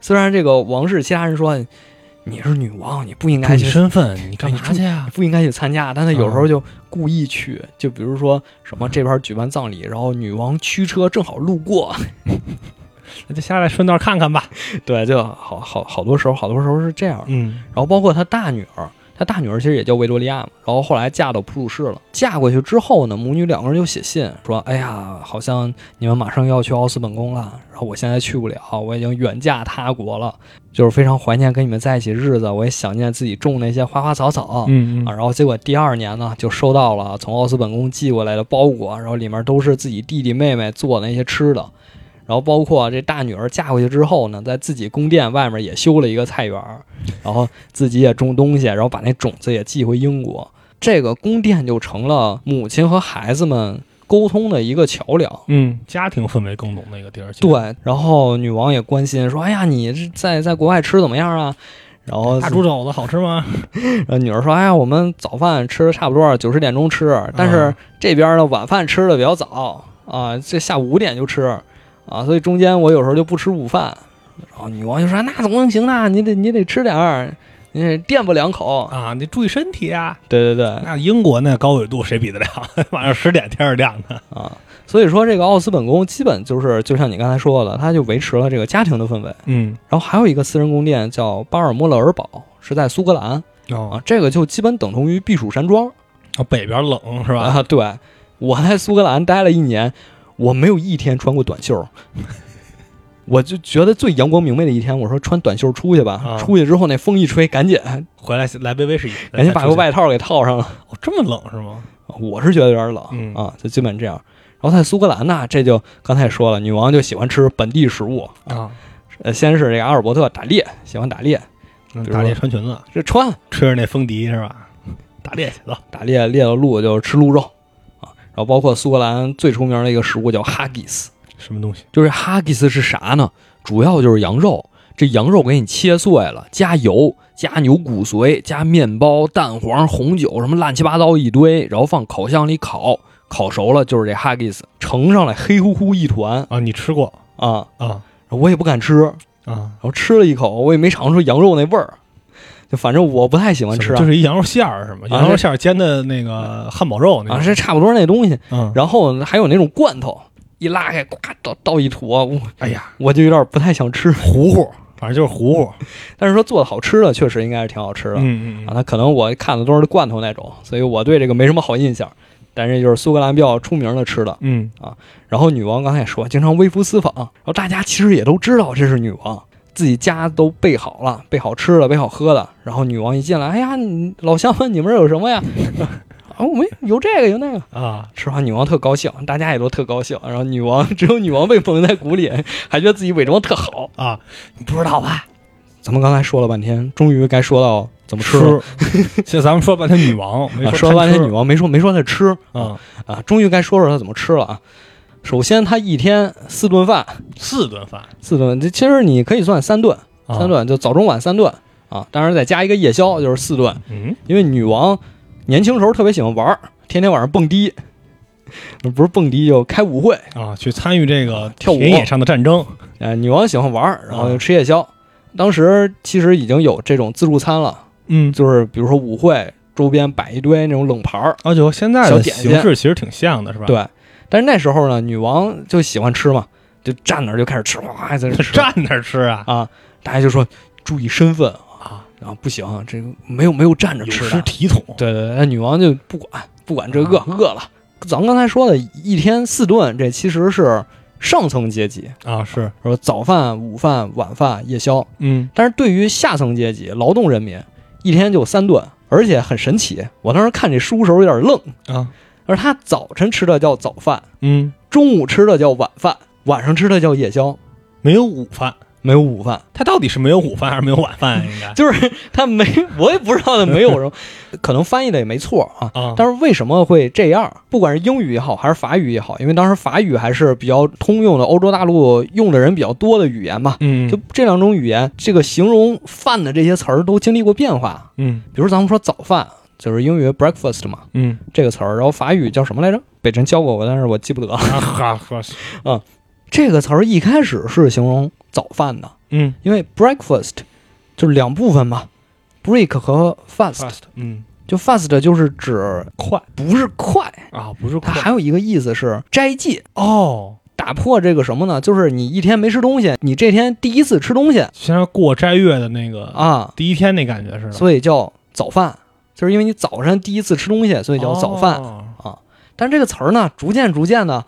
S1: 虽然这个王室其他人说你是女王，你不应该
S2: 注意
S1: 去
S2: 身份，你干嘛
S1: 对你
S2: 去啊呀？
S1: 啊不应该去参加，但他有时候就故意去，就比如说什么这边举办葬礼，然后女王驱车正好路过，
S2: 那就下来顺道看看吧。
S1: 对，就好好好多时候，好多时候是这样。
S2: 嗯
S1: 然后包括他大女儿，他大女儿其实也叫维多利亚嘛，然后后来嫁到普鲁士了。嫁过去之后呢，母女两个人就写信说：“哎呀，好像你们马上要去奥斯本宫了，然后我现在去不了，我已经远嫁他国了，就是非常怀念跟你们在一起日子，我也想念自己种那些花花草草。”
S2: 嗯
S1: 啊，然后结果第二年呢，就收到了从奥斯本宫寄过来的包裹，然后里面都是自己弟弟妹妹做的那些吃的，然后包括这大女儿嫁回去之后呢，在自己宫殿外面也修了一个菜园儿，然后自己也种东西，然后把那种子也寄回英国，这个宫殿就成了母亲和孩子们沟通的一个桥梁。
S2: 嗯，家庭氛围更浓的一个地儿。其实，
S1: 对，然后女王也关心说：“哎呀，你这在在国外吃怎么样啊？”然后
S2: 大猪肘子好吃吗？
S1: 呃，女儿说：“哎呀，我们早饭吃的差不多，九十点钟吃，但是
S2: 嗯
S1: 这边呢晚饭吃的比较早啊，这下午五点就吃啊，所以中间我有时候就不吃午饭。”然后女王就说：“那总不能行啊，你得你得吃点儿，你得垫吧两口。
S2: 啊，你注意身体啊。”
S1: 对对对，
S2: 那英国那高纬度谁比得了？ 晚上十点天儿亮的。
S1: 啊，所以说这个奥斯本宫基本就是就像你刚才说的，它就维持了这个家庭的氛围。
S2: 嗯，
S1: 然后还有一个私人宫殿叫巴尔莫勒尔堡，是在苏格兰
S2: 哦
S1: 啊，，这个就基本等同于避暑山庄。
S2: 啊北边冷是吧？
S1: 啊，对，我在苏格兰待了一年，我没有一天穿过短袖。我就觉得最阳光明媚的一天，我说穿短袖出去吧，
S2: 啊哎
S1: 出去之后那风一吹，赶紧
S2: 回来来杯威士忌，
S1: 赶哎紧把个
S2: 外
S1: 外套给套上了。
S2: 哦这么冷是吗？
S1: 我是觉得有点冷、
S2: 嗯
S1: 啊，就基本这样。然后在苏格兰呢，这就刚才也说了，女王就喜欢吃本地食物，
S2: 啊，
S1: 呃，先是这个阿尔伯特打猎，喜欢打猎，
S2: 嗯
S1: 比如
S2: 打猎
S1: 说
S2: 穿裙子，
S1: 这穿
S2: 吹着那风笛是吧？打猎去了。
S1: 打猎猎了鹿就吃鹿肉啊。然后包括苏格兰最出名的一个食物叫哈吉斯，
S2: 什么东西？
S1: 就是哈吉斯是啥呢？主要就是羊肉，这羊肉给你切碎了，加油，加牛骨髓，加面包、蛋黄、红酒，什么乱七八糟一堆，然后放烤箱里烤，烤熟了就是这哈吉斯，盛上来黑乎乎一团
S2: 啊，你吃过
S1: 啊！
S2: 啊
S1: 我也不敢吃，然
S2: 啊？
S1: 后吃了一口，我也没尝出羊肉那味儿，就反正我不太喜欢吃
S2: 就
S1: 啊，
S2: 是一羊肉馅儿是吗？
S1: 啊
S2: 羊肉馅儿煎的那个汉堡肉那
S1: 啊，
S2: 种
S1: 这差不多那东西。
S2: 嗯，
S1: 然后呢还有那种罐头，一拉开，呱倒倒一坨，我
S2: 哎呀，
S1: 我就有点不太想吃。
S2: 糊糊，反正就是糊糊。
S1: 但是说做的好吃的，确实应该是挺好吃的。
S2: 嗯嗯
S1: 啊，
S2: 嗯，
S1: 那可能我看的都是罐头那种，所以我对这个没什么好印象。但是就是苏格兰比较出名的吃的。
S2: 嗯，
S1: 然后女王刚才也说，经常微服私访，然后大家其实也都知道这是女王，自己家都备好了，备好吃的，备好喝的。然后女王一进来，哎呀，你老乡们，你们这有什么呀？ 啊，我们有这个有那个。
S2: 啊，
S1: 吃完女王特高兴，大家也都特高兴。然后女王 只有女王被蒙在鼓里，还觉得自己伪装特好。
S2: 啊，你不知道吧？
S1: 咱们刚才说了半天，终于该说到怎么吃了。
S2: 吃。 现在咱们说半天女王，没
S1: 啊
S2: 说
S1: 说半天女
S2: 王
S1: 王没说没说她吃，
S2: 啊，
S1: 啊，终于该说说他怎么吃了啊。首先，他一天四顿饭，
S2: 四顿饭，
S1: 四顿，这其实你可以算三顿，
S2: 啊
S1: 三，顿就早中晚三顿啊。当然再加一个夜宵，就是四顿。
S2: 嗯，
S1: 因为女王年轻时候特别喜欢玩儿，天天晚上蹦迪， 不是蹦迪就开舞会。
S2: 啊，去参与这个
S1: 跳舞
S2: 田野上的战争，
S1: 呃，女王喜欢玩儿，然后就吃夜宵。当时其实已经有这种自助餐了，
S2: 嗯，
S1: 就是比如说舞会周边摆一堆那种冷盘儿，
S2: 而且和现在
S1: 小
S2: 的
S1: 点心
S2: 形式其实挺像的，是吧？，
S1: 对。但是那时候呢，女王就喜欢吃嘛，就站那儿就开始吃，哇，在那儿吃。
S2: 站那儿吃啊，
S1: 啊，大家就说注意身份
S2: 啊，
S1: 然后不行，这个没有没有站着
S2: 有
S1: 吃
S2: 失
S1: 的。
S2: 体统，
S1: 对对对，那女王就不管不管这个
S2: 啊
S1: 饿了。咱们刚才说的一天四顿，这其实是上层阶级，
S2: 啊，是，
S1: 说早饭、午饭、晚饭、夜宵。
S2: 嗯，
S1: 但是对于下层阶级劳动人民，一天就三顿，而且很神奇。我当时看这书时候有点愣，
S2: 啊，
S1: 而他早晨吃的叫早饭，
S2: 嗯，
S1: 中午吃的叫晚饭，晚上吃的叫夜宵，
S2: 没有午饭，
S1: 没有午饭，
S2: 他到底是没有午饭还是没有晚饭啊？应该
S1: 就是他没，我也不知道他没有什么，可能翻译的也没错啊。
S2: 啊，
S1: 但是为什么会这样？不管是英语也好，还是法语也好，因为当时法语还是比较通用的，欧洲大陆用的人比较多的语言嘛。
S2: 嗯，
S1: 就这两种语言，这个形容饭的这些词儿都经历过变化。
S2: 嗯
S1: 比如咱们说早饭，就是英语 breakfast 嘛，
S2: 嗯
S1: 这个词儿，然后法语叫什么来着？北辰教过我，但是我记不得了。
S2: 啊哈哈，
S1: 这个词儿一开始是形容早饭的，
S2: 嗯
S1: 因为 breakfast 就是两部分嘛，break 和 fast。
S2: ，fast，嗯，
S1: 就 fast 就是指
S2: 快
S1: 不是快，
S2: 啊，不是
S1: 它
S2: 快
S1: 还有一个意思是斋戒，
S2: 哦，
S1: 打破这个什么呢？就是你一天没吃东西，你这天第一次吃东西
S2: 就像过斋月的那个
S1: 啊，
S2: 第一天那感觉似的，
S1: 所以叫早饭，就是因为你早上第一次吃东西，所以叫早饭。啊
S2: 哦
S1: 但是这个词儿呢，逐渐逐渐的，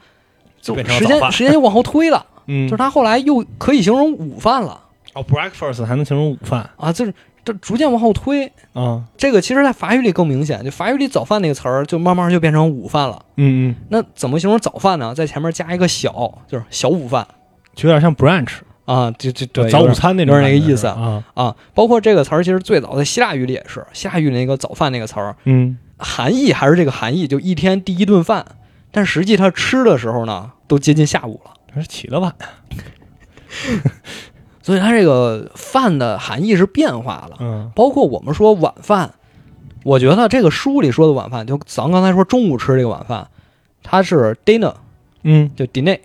S1: 就
S2: 就变成了
S1: 时
S2: 早
S1: 间
S2: 饭
S1: 时间又往后推了，
S2: 嗯，
S1: 就是它后来又可以形容午饭了
S2: 哦，breakfast 还能形容午饭
S1: 啊，就是这逐渐往后推。
S2: 啊，
S1: 这个其实，在法语里更明显，就法语里早饭那个词儿，就慢慢就变成午饭了。
S2: 嗯嗯，
S1: 那怎么形容早饭呢？在前面加一个小，就是小午饭
S2: 就有点像 brunch
S1: 啊，就就对
S2: 早
S1: 有
S2: 午
S1: 点
S2: 餐那种
S1: 有点那个
S2: 感觉
S1: 意思
S2: 啊，
S1: 啊，包括这个词儿，其实最早在希腊语里也是，希腊语那个早饭那个词儿，
S2: 嗯
S1: 含义还是这个含义，就一天第一顿饭，啊但实际他吃的时候呢，都接近下午了，
S2: 还是起得晚啊
S1: 所以它这个饭的含义是变化了。
S2: 嗯
S1: 包括我们说晚饭，我觉得这个书里说的晚饭，就咱刚才说中午吃这个晚饭，它是 dinner，
S2: 嗯
S1: 就 dinner，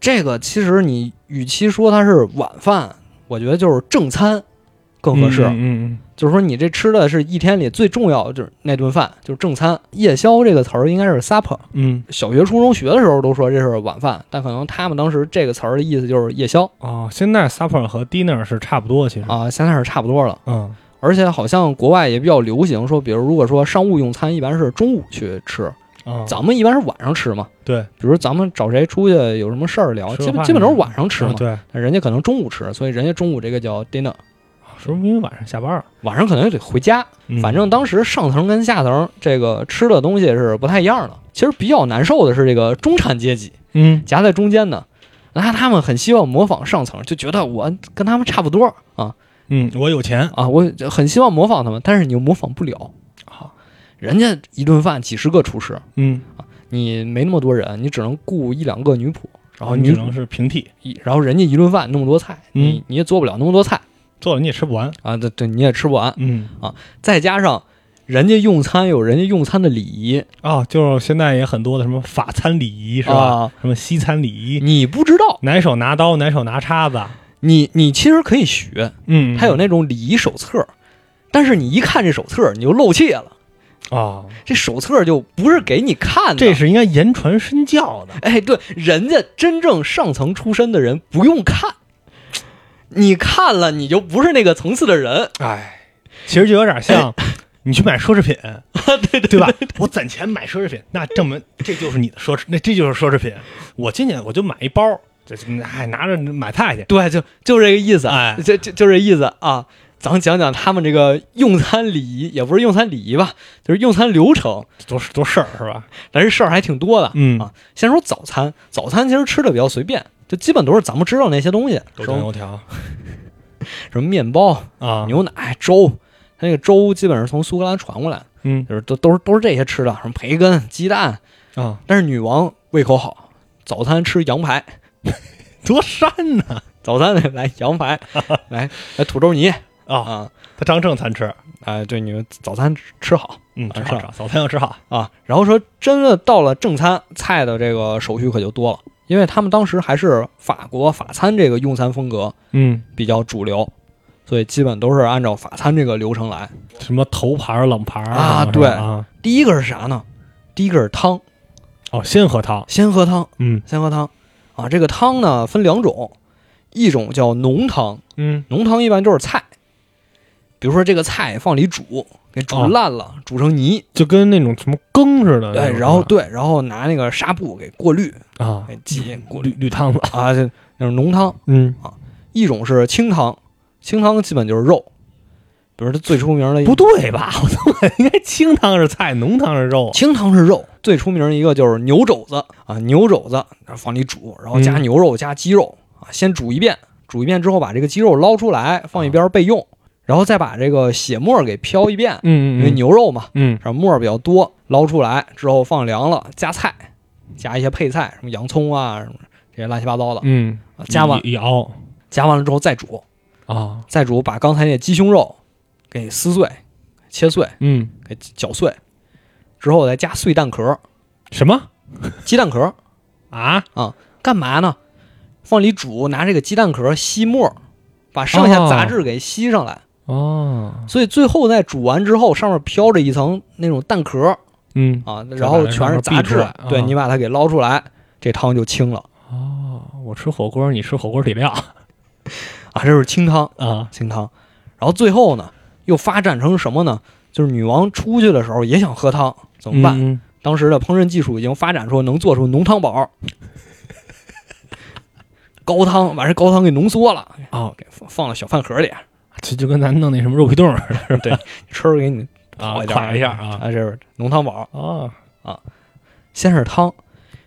S1: 这个其实你与其说它是晚饭，我觉得就是正餐更合适。
S2: 嗯嗯
S1: 就是说你这吃的是一天里最重要的就是那顿饭，就是正餐。夜宵这个词儿应该是 supper，
S2: 嗯，
S1: 小学、初中学的时候都说这是晚饭，但可能他们当时这个词儿的意思就是夜宵
S2: 哦，现在 supper 和 dinner 是差不多其实，
S1: 啊，现在是差不多了。
S2: 嗯
S1: 而且好像国外也比较流行说，比如如果说商务用餐一般是中午去吃，
S2: 啊，
S1: 咱们一般是晚上吃嘛。
S2: 对，
S1: 比如咱们找谁出去有什么事儿聊，
S2: 吃
S1: 基本
S2: 饭
S1: 基本都是晚上吃
S2: 啊
S1: 嘛。
S2: 对，
S1: 但人家可能中午吃，所以人家中午这个叫 dinner，
S2: 是哦不是因为晚上下班了？
S1: 晚上可能也得回家。
S2: 嗯
S1: 反正当时上层跟下层这个吃的东西是不太一样的。其实比较难受的是这个中产阶级
S2: 嗯
S1: 夹在中间的，那他们很希望模仿上层，就觉得我跟他们差不多啊
S2: 嗯，我有钱
S1: 啊，我很希望模仿他们，但是你又模仿不了啊。人家一顿饭几十个厨师，
S2: 嗯，
S1: 你没那么多人，你只能雇一两个女仆，嗯然后嗯
S2: 你
S1: 女
S2: 只能是平替，
S1: 然后人家一顿饭那么多菜，你你也做不了那么多菜
S2: 做了你也吃不完，
S1: 啊，对对，你也吃不完，
S2: 嗯
S1: 再加上人家用餐有人家用餐的礼仪，
S2: 哦，就是现在也很多的什么法餐礼仪是吧？
S1: 啊？
S2: 什么西餐礼仪，
S1: 你不知道，
S2: 哪手拿刀，哪手拿叉子，
S1: 你你其实可以学，
S2: 嗯，
S1: 它有那种礼仪手册，但是你一看这手册你就露怯了，
S2: 啊，
S1: 这手册就不是给你看的。
S2: 这是应该言传身教的，
S1: 哎，对，人家真正上层出身的人不用看，你看了你就不是那个层次的人。
S2: 哎，其实就有点像你去买奢侈品，哎 对对吧？我攒钱买奢侈品，那证明这就是你的奢侈，那这就是奢侈品。我今年我就买一包，这还拿着买菜去，
S1: 对，就就这个意思，
S2: 哎
S1: 就就就这意思啊。咱们讲讲他们这个用餐礼仪，也不是用餐礼仪吧，就是用餐流程，
S2: 多多事儿是吧？
S1: 但是事儿还挺多的。
S2: 嗯
S1: 啊先说早餐，早餐其实吃的比较随便，就基本都是咱们知道那些东西，
S2: 豆
S1: 什
S2: 浆
S1: 么
S2: 油条
S1: 什么面包、
S2: 啊，
S1: 牛奶、粥。它那个粥基本上是从苏格兰传过来，
S2: 嗯
S1: 就是都都是都是这些吃的，什么培根、鸡蛋。
S2: 啊，
S1: 但是女王胃口好，早餐吃羊排，
S2: 多膻呐
S1: 早餐 来羊排，来来土豆泥
S2: 啊！
S1: 啊
S2: 他当正餐吃，
S1: 啊！对，你们早餐吃吃好
S2: 嗯，吃
S1: 是
S2: 好
S1: 吧
S2: 吃好，早餐要吃好，
S1: 啊。然后说真的到了正餐，菜的这个手续可就多了，因为他们当时还是法国法餐这个用餐风格，
S2: 嗯，
S1: 比较主流，所以基本都是按照法餐这个流程来。
S2: 什么头盘儿冷盘儿
S1: 啊
S2: 什么
S1: 对
S2: 啊，
S1: 第一个是啥呢？第一个是汤，
S2: 哦，先喝汤，
S1: 先喝汤，
S2: 嗯
S1: 先喝汤啊。这个汤呢分两种，一种叫浓汤，
S2: 嗯
S1: 浓汤一般就是菜，比如说这个菜放里煮，给煮
S2: 哦
S1: 烂了，煮成泥，
S2: 就跟那种什么羹似的，
S1: 对，然后对，然后拿那个纱布给过滤，
S2: 啊，
S1: 给挤嗯过
S2: 绿
S1: 滤
S2: 绿汤子，
S1: 啊，这那种浓汤。
S2: 嗯，
S1: 一种是清汤，清汤基本就是肉，比如它最出名的一
S2: 不对吧？ 我他妈应该清汤是菜，浓汤是肉啊，
S1: 清汤是肉，最出名的一个就是牛肘子啊，牛肘子放里煮，然后加
S2: 嗯
S1: 牛肉加鸡肉啊，先煮一遍，煮一遍之后把这个鸡肉捞出来放一边备用，然后再把这个血沫给飘一遍，因
S2: 嗯
S1: 为
S2: 嗯
S1: 牛肉嘛，
S2: 嗯
S1: 然后沫儿比较多，捞出来之后放凉了，加菜，加一些配菜，什么洋葱啊，什么这些乱七八糟的，
S2: 嗯，
S1: 啊加完
S2: 一一熬
S1: 加完了之后再煮，
S2: 啊，
S1: 再煮把刚才那鸡胸肉给撕碎、切碎、
S2: 嗯，
S1: 给搅碎，之后再加碎蛋壳、
S2: 什么
S1: 鸡蛋壳，
S2: 啊？
S1: 干嘛呢？放里煮，拿这个鸡蛋壳吸沫儿，把剩下
S2: 哦
S1: 杂质给吸上来，
S2: 哦，
S1: 所以最后在煮完之后，上面飘着一层那种蛋壳
S2: 嗯，
S1: 啊，然后全是杂
S2: 把这上面避出
S1: 质
S2: 来，啊
S1: 对你把它给捞出来，这汤就清了。
S2: 哦，我吃火锅，你吃火锅底料
S1: 啊，这是清汤，
S2: 啊？
S1: 清汤。然后最后呢，又发展成什么呢？就是女王出去的时候也想喝汤，怎么办？
S2: 嗯？
S1: 当时的烹饪技术已经发展出能做出浓汤宝， 高汤把这高汤给浓缩了，
S2: 哦，
S1: 给放放到小饭盒里，
S2: 这就跟咱弄那什么肉皮冻似的，是吧？
S1: 吃给你
S2: 啊
S1: 泡，点
S2: 垮
S1: 儿
S2: 一下啊，
S1: 啊，这是浓汤宝。
S2: 哦，
S1: 先是汤，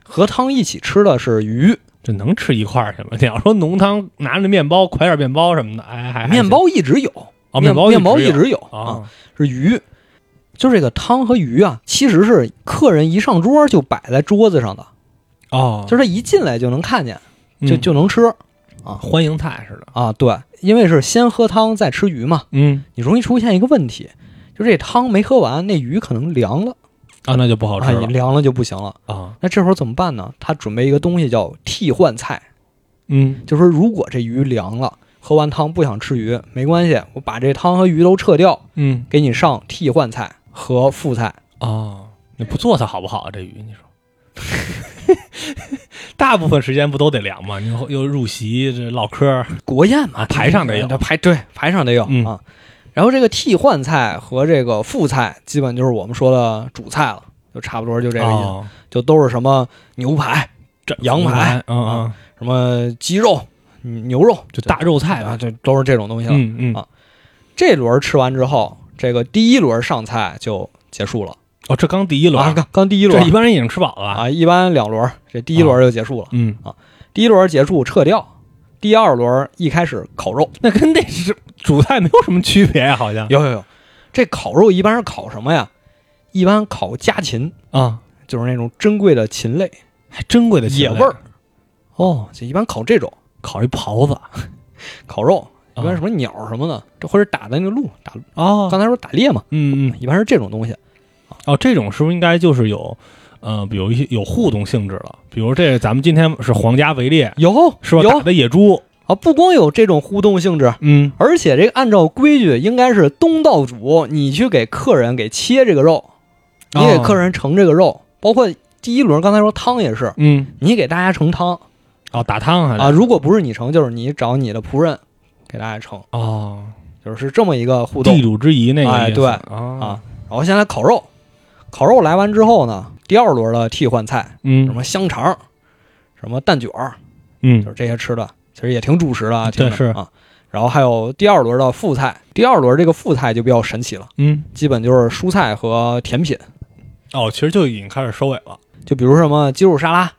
S1: 和汤一起吃的是鱼，
S2: 这能吃一块儿去吗？ 你要说浓汤拿着面包，快点面包什么的，哎，还还
S1: 面包一直有，
S2: 行哦，
S1: 面
S2: 包
S1: 面包
S2: 一
S1: 一直有啊，
S2: 啊，
S1: 是鱼。就这个汤和鱼啊，其实是客人一上桌就摆在桌子上的。
S2: 哦，嗯
S1: 就是他一进来就能看见，
S2: 是
S1: 就就能吃
S2: 欢迎菜似的，
S1: 啊。对，因为是先喝汤再吃鱼嘛，
S2: 嗯
S1: 你容易出现一个问题，就这汤没喝完，那鱼可能凉了，
S2: 啊，那就不好
S1: 啊，
S2: 吃
S1: 你
S2: 了
S1: 凉了就不行了。
S2: 啊，
S1: 那这会儿怎么办呢？他准备一个东西叫替换菜，
S2: 嗯
S1: 就说如果这鱼凉了，喝完汤不想吃鱼，没关系，我把这汤和鱼都撤掉，
S2: 嗯
S1: 给你上替换菜和副菜。
S2: 啊，你不做它好不好啊？这鱼你说。 大部分时间不都得凉吗？你又又入席这唠嗑，
S1: 国宴嘛，
S2: 啊排上得有
S1: 它排对排上得有、
S2: 嗯
S1: 啊。然后这个替换菜和这个副菜，基本就是我们说的主菜了，就差不多就这个意思，
S2: 哦
S1: 就都是什么牛排、
S2: 这
S1: 羊排，
S2: 嗯嗯，
S1: 什么鸡肉、嗯牛肉，
S2: 就大肉菜
S1: 啊，
S2: 吧，
S1: 就都是这种东西了。
S2: 嗯嗯
S1: 啊这轮吃完之后，这个第一轮上菜就结束了。
S2: 哦，这刚第一轮
S1: 啊，，刚刚第一
S2: 这一
S1: 轮
S2: 般人已经吃饱了吧？
S1: 啊，一般两轮，这第一轮就结束了。
S2: 嗯，
S1: 第一轮结束撤掉，第二轮一开始烤肉。
S2: 那跟那是主菜没有什么区别啊，好像
S1: 有有有，这烤肉一般是烤什么呀？一般烤家禽，
S2: 啊，
S1: 就是那种珍贵的禽类、
S2: 还珍贵的禽
S1: 野
S2: 类
S1: 味儿。哦，就一般烤这种
S2: 烤一狍子，
S1: 烤肉，一般
S2: 啊
S1: 什么鸟什么的，这或者打的那个鹿，打
S2: 哦，
S1: 刚才说打猎嘛，
S2: 嗯嗯，
S1: 一般是这种东西。
S2: 哦，这种是不是应该就是有，呃，有一些有互动性质了？比如这咱们今天是皇家围猎，
S1: 有
S2: 是吧？打
S1: 有
S2: 的野猪，
S1: 啊，不光有这种互动性质，
S2: 嗯，
S1: 而且这个按照规矩，应该是东道主你去给客人给切这个肉，你给
S2: 哦
S1: 客人盛这个肉，包括第一轮刚才说汤也是，
S2: 嗯，
S1: 你给大家盛汤
S2: 哦，打汤还得
S1: 啊，如果不是你盛，就是你找你的仆人给大家盛，
S2: 哦，
S1: 就是这么一个互动
S2: 地。主之谊那个
S1: 哎
S2: 意思
S1: 对
S2: 啊
S1: 啊，然后现在烤肉，烤肉来完之后呢，第二轮的替换菜，什
S2: 嗯
S1: 么香肠，什么蛋卷儿，就
S2: 嗯，
S1: 是这些吃的，其实也挺主食的啊，听
S2: 对
S1: 着
S2: 是
S1: 啊。然后还有第二轮的副菜，第二轮这个副菜就比较神奇了，
S2: 嗯，
S1: 基本就是蔬菜和甜品，
S2: 哦，其实就已经开始收尾了，
S1: 就比如什么鸡肉沙拉，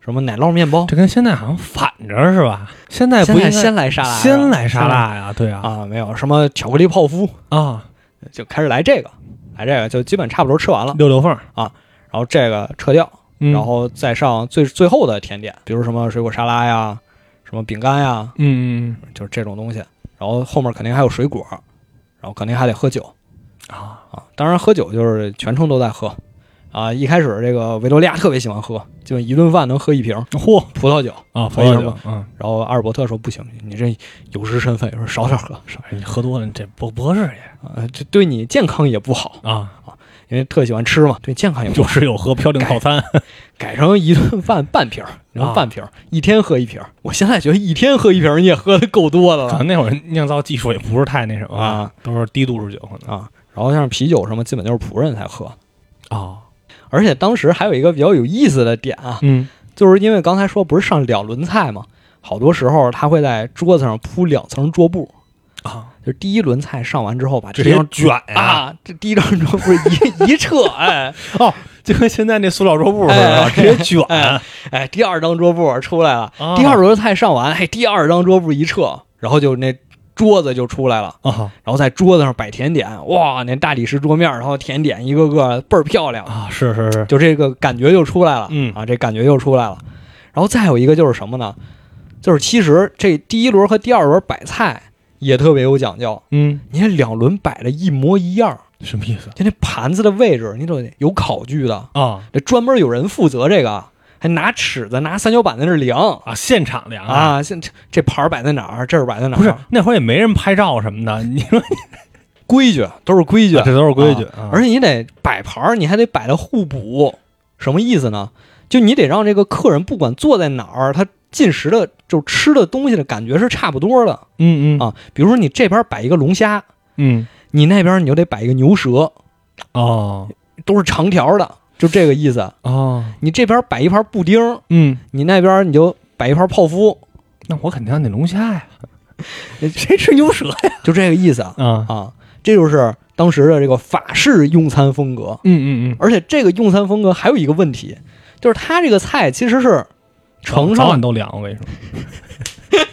S1: 什么奶酪面包，
S2: 这跟现在好像反着是吧？现在
S1: 现
S2: 不应
S1: 在
S2: 该
S1: 先来沙拉，
S2: 先来沙拉呀，对啊
S1: 啊，没有什么巧克力泡芙，
S2: 啊，
S1: 就开始来这个，来这个就基本差不多吃完了，
S2: 溜溜缝儿，
S1: 然后这个撤掉，
S2: 嗯
S1: 然后再上最最后的甜点，比如什么水果沙拉呀，什么饼干呀，
S2: 嗯嗯
S1: 就是这种东西。然后后面肯定还有水果，然后肯定还得喝酒
S2: 嗯啊，
S1: 啊。当然，喝酒就是全程都在喝啊。一开始这个维多利亚特别喜欢喝，就一顿饭能喝一瓶
S2: 嚯
S1: 葡萄酒。喝
S2: 啊，葡
S1: 一
S2: 萄
S1: 瓶
S2: 酒，嗯，
S1: 然后阿尔伯特说不行，你这有失身份，有时候少点喝，少呃
S2: 哎你喝多了这不不合适也
S1: 啊，这对你健康也不好。
S2: 啊，
S1: 因为特喜欢吃嘛，对健康也不
S2: 有吃有喝，飘零套餐。
S1: 改成一顿饭半瓶儿，然后半瓶儿、一天喝一瓶儿。我现在觉得一天喝一瓶儿你也喝的够多的
S2: 可
S1: 了
S2: 能那会儿酿造技术也不是太那什么，
S1: 啊
S2: 都是低度数酒可能
S1: 啊。然后像啤酒什么，基本就是仆人才喝。
S2: 啊，
S1: 而且当时还有一个比较有意思的点啊，
S2: 嗯
S1: 就是因为刚才说不是上两轮菜嘛，好多时候他会在桌子上铺两层桌布，
S2: 啊，
S1: 就是第一轮菜上完之后把
S2: 直
S1: 这
S2: 接
S1: 张
S2: 卷呀，
S1: 啊，这第一张桌布一 一撤，哎
S2: 就跟现在那塑料桌布似的，啊
S1: 哎
S2: 直接卷
S1: 哎哎，第二张桌布出来了，
S2: 啊
S1: 第二轮菜上完，嘿，第二张桌布一撤，然后就那桌子就出来了。
S2: 啊
S1: 然后在桌子上摆甜点，哇，那大理石桌面，然后甜点一个个倍儿漂亮，
S2: 啊，是是是，
S1: 就这个感觉就出来了，
S2: 嗯
S1: 啊，这感觉就出来了。然后再有一个就是什么呢？就是其实这第一轮和第二轮摆菜也特别有讲究，
S2: 嗯，
S1: 你看两轮摆的一模一样，
S2: 什么意思
S1: 就那盘子的位置，你得有考据的，
S2: 啊
S1: 这专门有人负责这个，还拿尺子拿三角板在那儿量
S2: 啊？现场量？
S1: 啊，现这这盘儿摆在哪儿，这儿摆在哪儿，
S2: 不是那会儿也没人拍照什么的，你说
S1: 规矩，都是规矩，
S2: 这都是规矩，
S1: 啊
S2: 啊
S1: 而
S2: 且
S1: 且你得摆盘儿，你还得摆的互补，什么意思呢？就你得让这个客人不管坐在哪儿，他进食的就吃的东西的感觉是差不多的
S2: 嗯嗯
S1: 啊。比如说你这边摆一个龙虾，
S2: 嗯
S1: 你那边你就得摆一个牛舌，
S2: 哦
S1: 都是长条的，就这个意思。
S2: 哦
S1: 你这边摆一盘布丁，
S2: 嗯，
S1: 你那边你就摆一盘泡芙，
S2: 那我肯定要那龙虾呀，
S1: 谁吃牛舌呀？ 就这个意思啊
S2: 啊
S1: 啊，这就是当时的这个法式用餐风格。
S2: 嗯嗯嗯，
S1: 而且这个用餐风格还有一个问题，就是它这个菜其实是盛
S2: 早
S1: 上，
S2: 晚都凉，我跟你说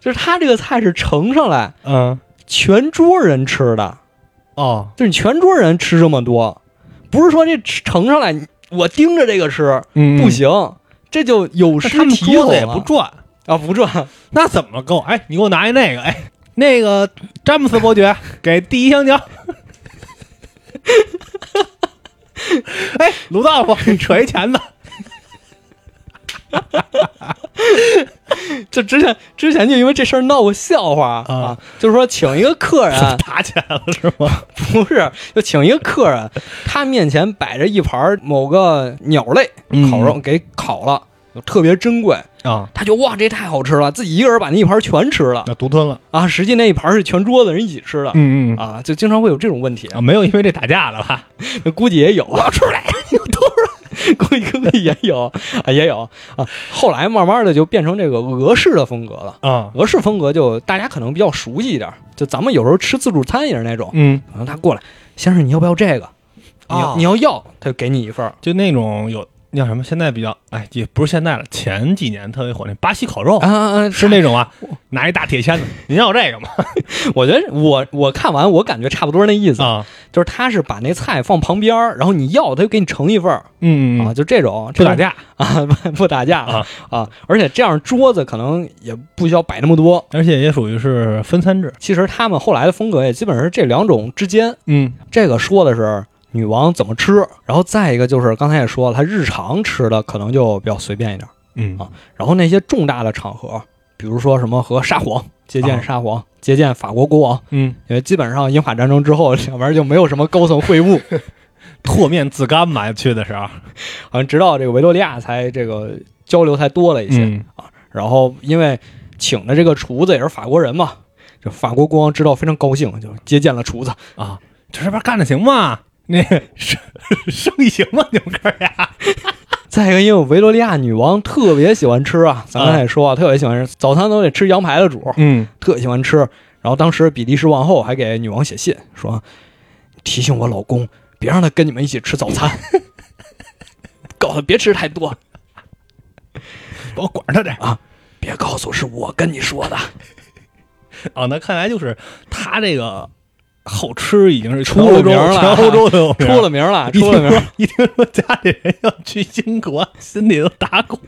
S1: 就是它这个菜是盛上来
S2: 嗯
S1: 全桌人吃的，
S2: 哦
S1: 就是你全桌人吃这么多，不是说这盛上来你我盯着这个吃
S2: 嗯
S1: 不。行，这就有
S2: 那
S1: 失
S2: 他们
S1: 体
S2: 桌
S1: 统
S2: 子也
S1: 了
S2: 不转，
S1: 啊，不转
S2: 那怎么够？哎，你给我拿一那个，哎，那个詹姆斯伯 爵给第一香蕉。哎，鲁道夫，你扯一钳子。
S1: 就之前之前就因为这事儿闹过笑话
S2: 啊
S1: 啊，就是说请一个客人，
S2: 打起来了是吗？
S1: 不是就请一个客人，他面前摆着一盘儿某个鸟类
S2: 嗯
S1: 烤肉给烤了，特别珍贵。
S2: 啊，
S1: 他就哇，这太好吃了，自己一个人把那一盘全吃了
S2: 那独吞了。
S1: 啊！实际那一盘是全桌子人一起吃的
S2: 嗯嗯
S1: 啊，就经常会有这种问题，
S2: 啊，没有因为这打架了吧？
S1: 估计也 有。我要出来，有多少？估计估计也有 啊，也有啊。后来慢慢的就变成这个俄式的风格了。
S2: 啊，
S1: 俄式风格就大家可能比较熟悉一点，就咱们有时候吃自助餐也是那种，
S2: 嗯，
S1: 可能他过来，先生你要不要这个？你要、
S2: 啊
S1: 你要要，他就给你一份儿
S2: 就那种有那叫什么？现在比较哎，也不是现在了，前几年特别火那巴西烤肉
S1: 啊，啊啊！
S2: 是那种啊，拿一大铁签子，您要这个吗？
S1: 我觉得我我看完我感觉差不多那意思，
S2: 啊，
S1: 就是他是把那菜放旁边儿，然后你要他就给你盛一份儿。
S2: 嗯
S1: 啊，，就这种
S2: 不打
S1: 这
S2: 架
S1: 种 啊，不不打架
S2: 啊
S1: 啊，而且这样桌子可能也不需要摆那么多。
S2: 而且也属于是分餐制。
S1: 其实他们后来的风格也基本上是这两种之间，
S2: 嗯
S1: 这个说的是女王怎么吃，然后再一个就是刚才也说了，她日常吃的可能就比较随便一点，
S2: 嗯
S1: 啊然后那些重大的场合，比如说什么和沙皇接
S2: 啊
S1: 见沙皇、接见法国国王，
S2: 嗯，
S1: 因为基本上英法战争之后，两边就没有什么高层会晤，
S2: 唾面自干嘛去的时候，
S1: 好像直到这个维多利亚才这个交流才多了一些。
S2: 嗯
S1: 然后因为请的这个厨子也是法国人嘛，这法国国王知道非常高兴，就接见了厨子。
S2: 啊，这这边干的行吗？那个生 生意行吗？你们哥俩
S1: 再一个，因为维多利亚女王特别喜欢吃啊，咱刚才也说啊，特别喜欢吃，早餐都得吃羊排的主，
S2: 嗯
S1: 特喜欢吃。然后当时比利时王后还给女王写信说，提醒我老公别让他跟你们一起吃早餐， 告诉他别吃太多，
S2: 我管他点
S1: 别告诉是我跟你说的。
S2: 啊。那看来就是他这个好吃已经是
S1: 出了
S2: 全欧洲
S1: 名了
S2: 全欧洲都有名
S1: 出了。名了，
S2: 一
S1: 出
S2: 听
S1: 了名
S2: 说，一听说家里人要去英国，心里都打鼓。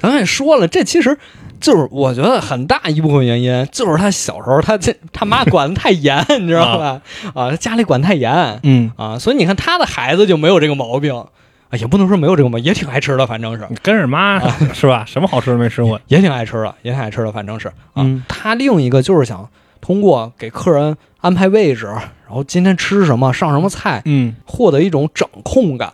S1: 咱们也说了，这其实就是我觉得很大一部分原因，就是他小时候他这他妈管得太严， 你知道吧？啊，他家里管太严
S2: 嗯，
S1: 啊，所以你看他的孩子就没有这个毛病，啊，也不能说没有这个毛病，也挺爱吃的，反正是
S2: 你跟着妈
S1: 啊
S2: 是吧？什么好吃的没吃过？
S1: 也挺爱吃的，也挺爱吃的，反正是啊。
S2: 嗯
S1: 他另一个就是想通过给客人安排位置，然后今天吃什么，上什么菜，
S2: 嗯，
S1: 获得一种掌控感。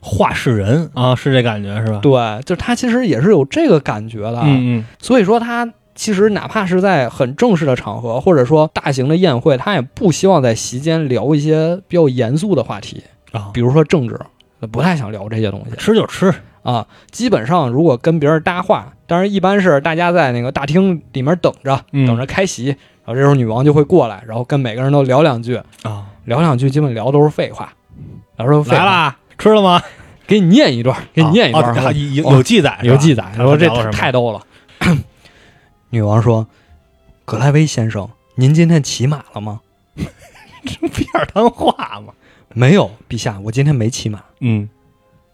S2: 画事人啊，是这感觉是吧？
S1: 对，啊就他其实也是有这个感觉的。
S2: 嗯嗯，
S1: 所以说他其实哪怕是在很正式的场合，或者说大型的宴会，他也不希望在席间聊一些比较严肃的话题，
S2: 啊，
S1: 比如说政治，不太想聊这些东西
S2: 吃就吃，
S1: 啊。基本上如果跟别人搭话，当然一般是大家在那个大厅里面等着，
S2: 嗯
S1: 等着开席，然后这时候女王就会过来，然后跟每个人都聊两句，
S2: 啊，
S1: 聊两句基本聊都是废话，聊都是废
S2: 来
S1: 话，
S2: 啦，吃了吗？
S1: 给你念一段，给你念一段，
S2: 啊
S1: 然
S2: 啊
S1: 后
S2: 有有有记载，
S1: 有记载，
S2: 他
S1: 他说这
S2: 聊了什么
S1: 太逗了。 女王说：“格莱威先生，您今天骑马了吗
S2: 片儿谈 话嘛。？”“
S1: 没有，陛下，我今天没骑马。
S2: 嗯，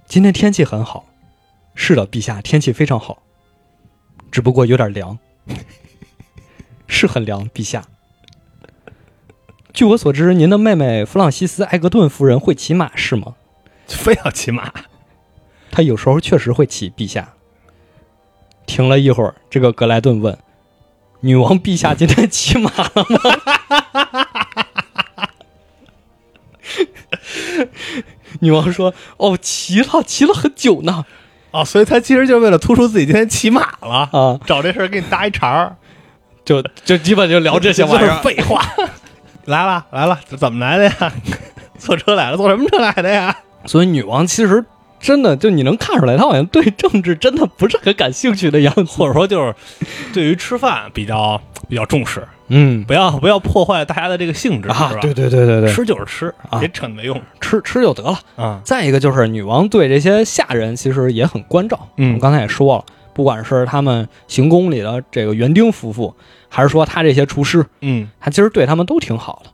S1: 今天天气很好。”“是的，陛下，天气非常好，只不过有点凉。”“ 是很凉，陛下。”“据我所知，您的妹妹弗朗西斯·埃格顿夫人会骑马是吗
S2: 非要骑马？”“
S1: 她有时候确实会骑，陛下。”停了一会儿，这个格莱顿问：“女王陛下今天骑马 女王说：“哦，骑了，骑了很久呢。
S2: 哦，所以他其实就是为了突出自己今天骑马了
S1: 啊，
S2: 找这事儿给你搭一茬儿，
S1: 就就基本就 聊这些玩意
S2: 就是
S1: 儿。
S2: 废话， 来了来了，怎么来的呀？坐车来了，坐什么车来的呀？
S1: 所以女王其实真的，就你能看出来，她好像对政治真的不是很感兴趣的样子。
S2: 或者说就是对于吃饭比较比较重视，
S1: 嗯
S2: 不要不要破坏大家的这个兴致，
S1: 啊
S2: 是，吧？
S1: 对对对对对，
S2: 吃就是吃，
S1: 啊
S2: 别扯那没用
S1: 吃吃就得了。
S2: 啊。
S1: 再一个就是女王对这些下人其实也很关照。我
S2: 嗯
S1: 们刚才也说了，不管是他们行宫里的这个园丁夫妇，还是说他这些厨师，
S2: 嗯，
S1: 他其实对他们都挺好的。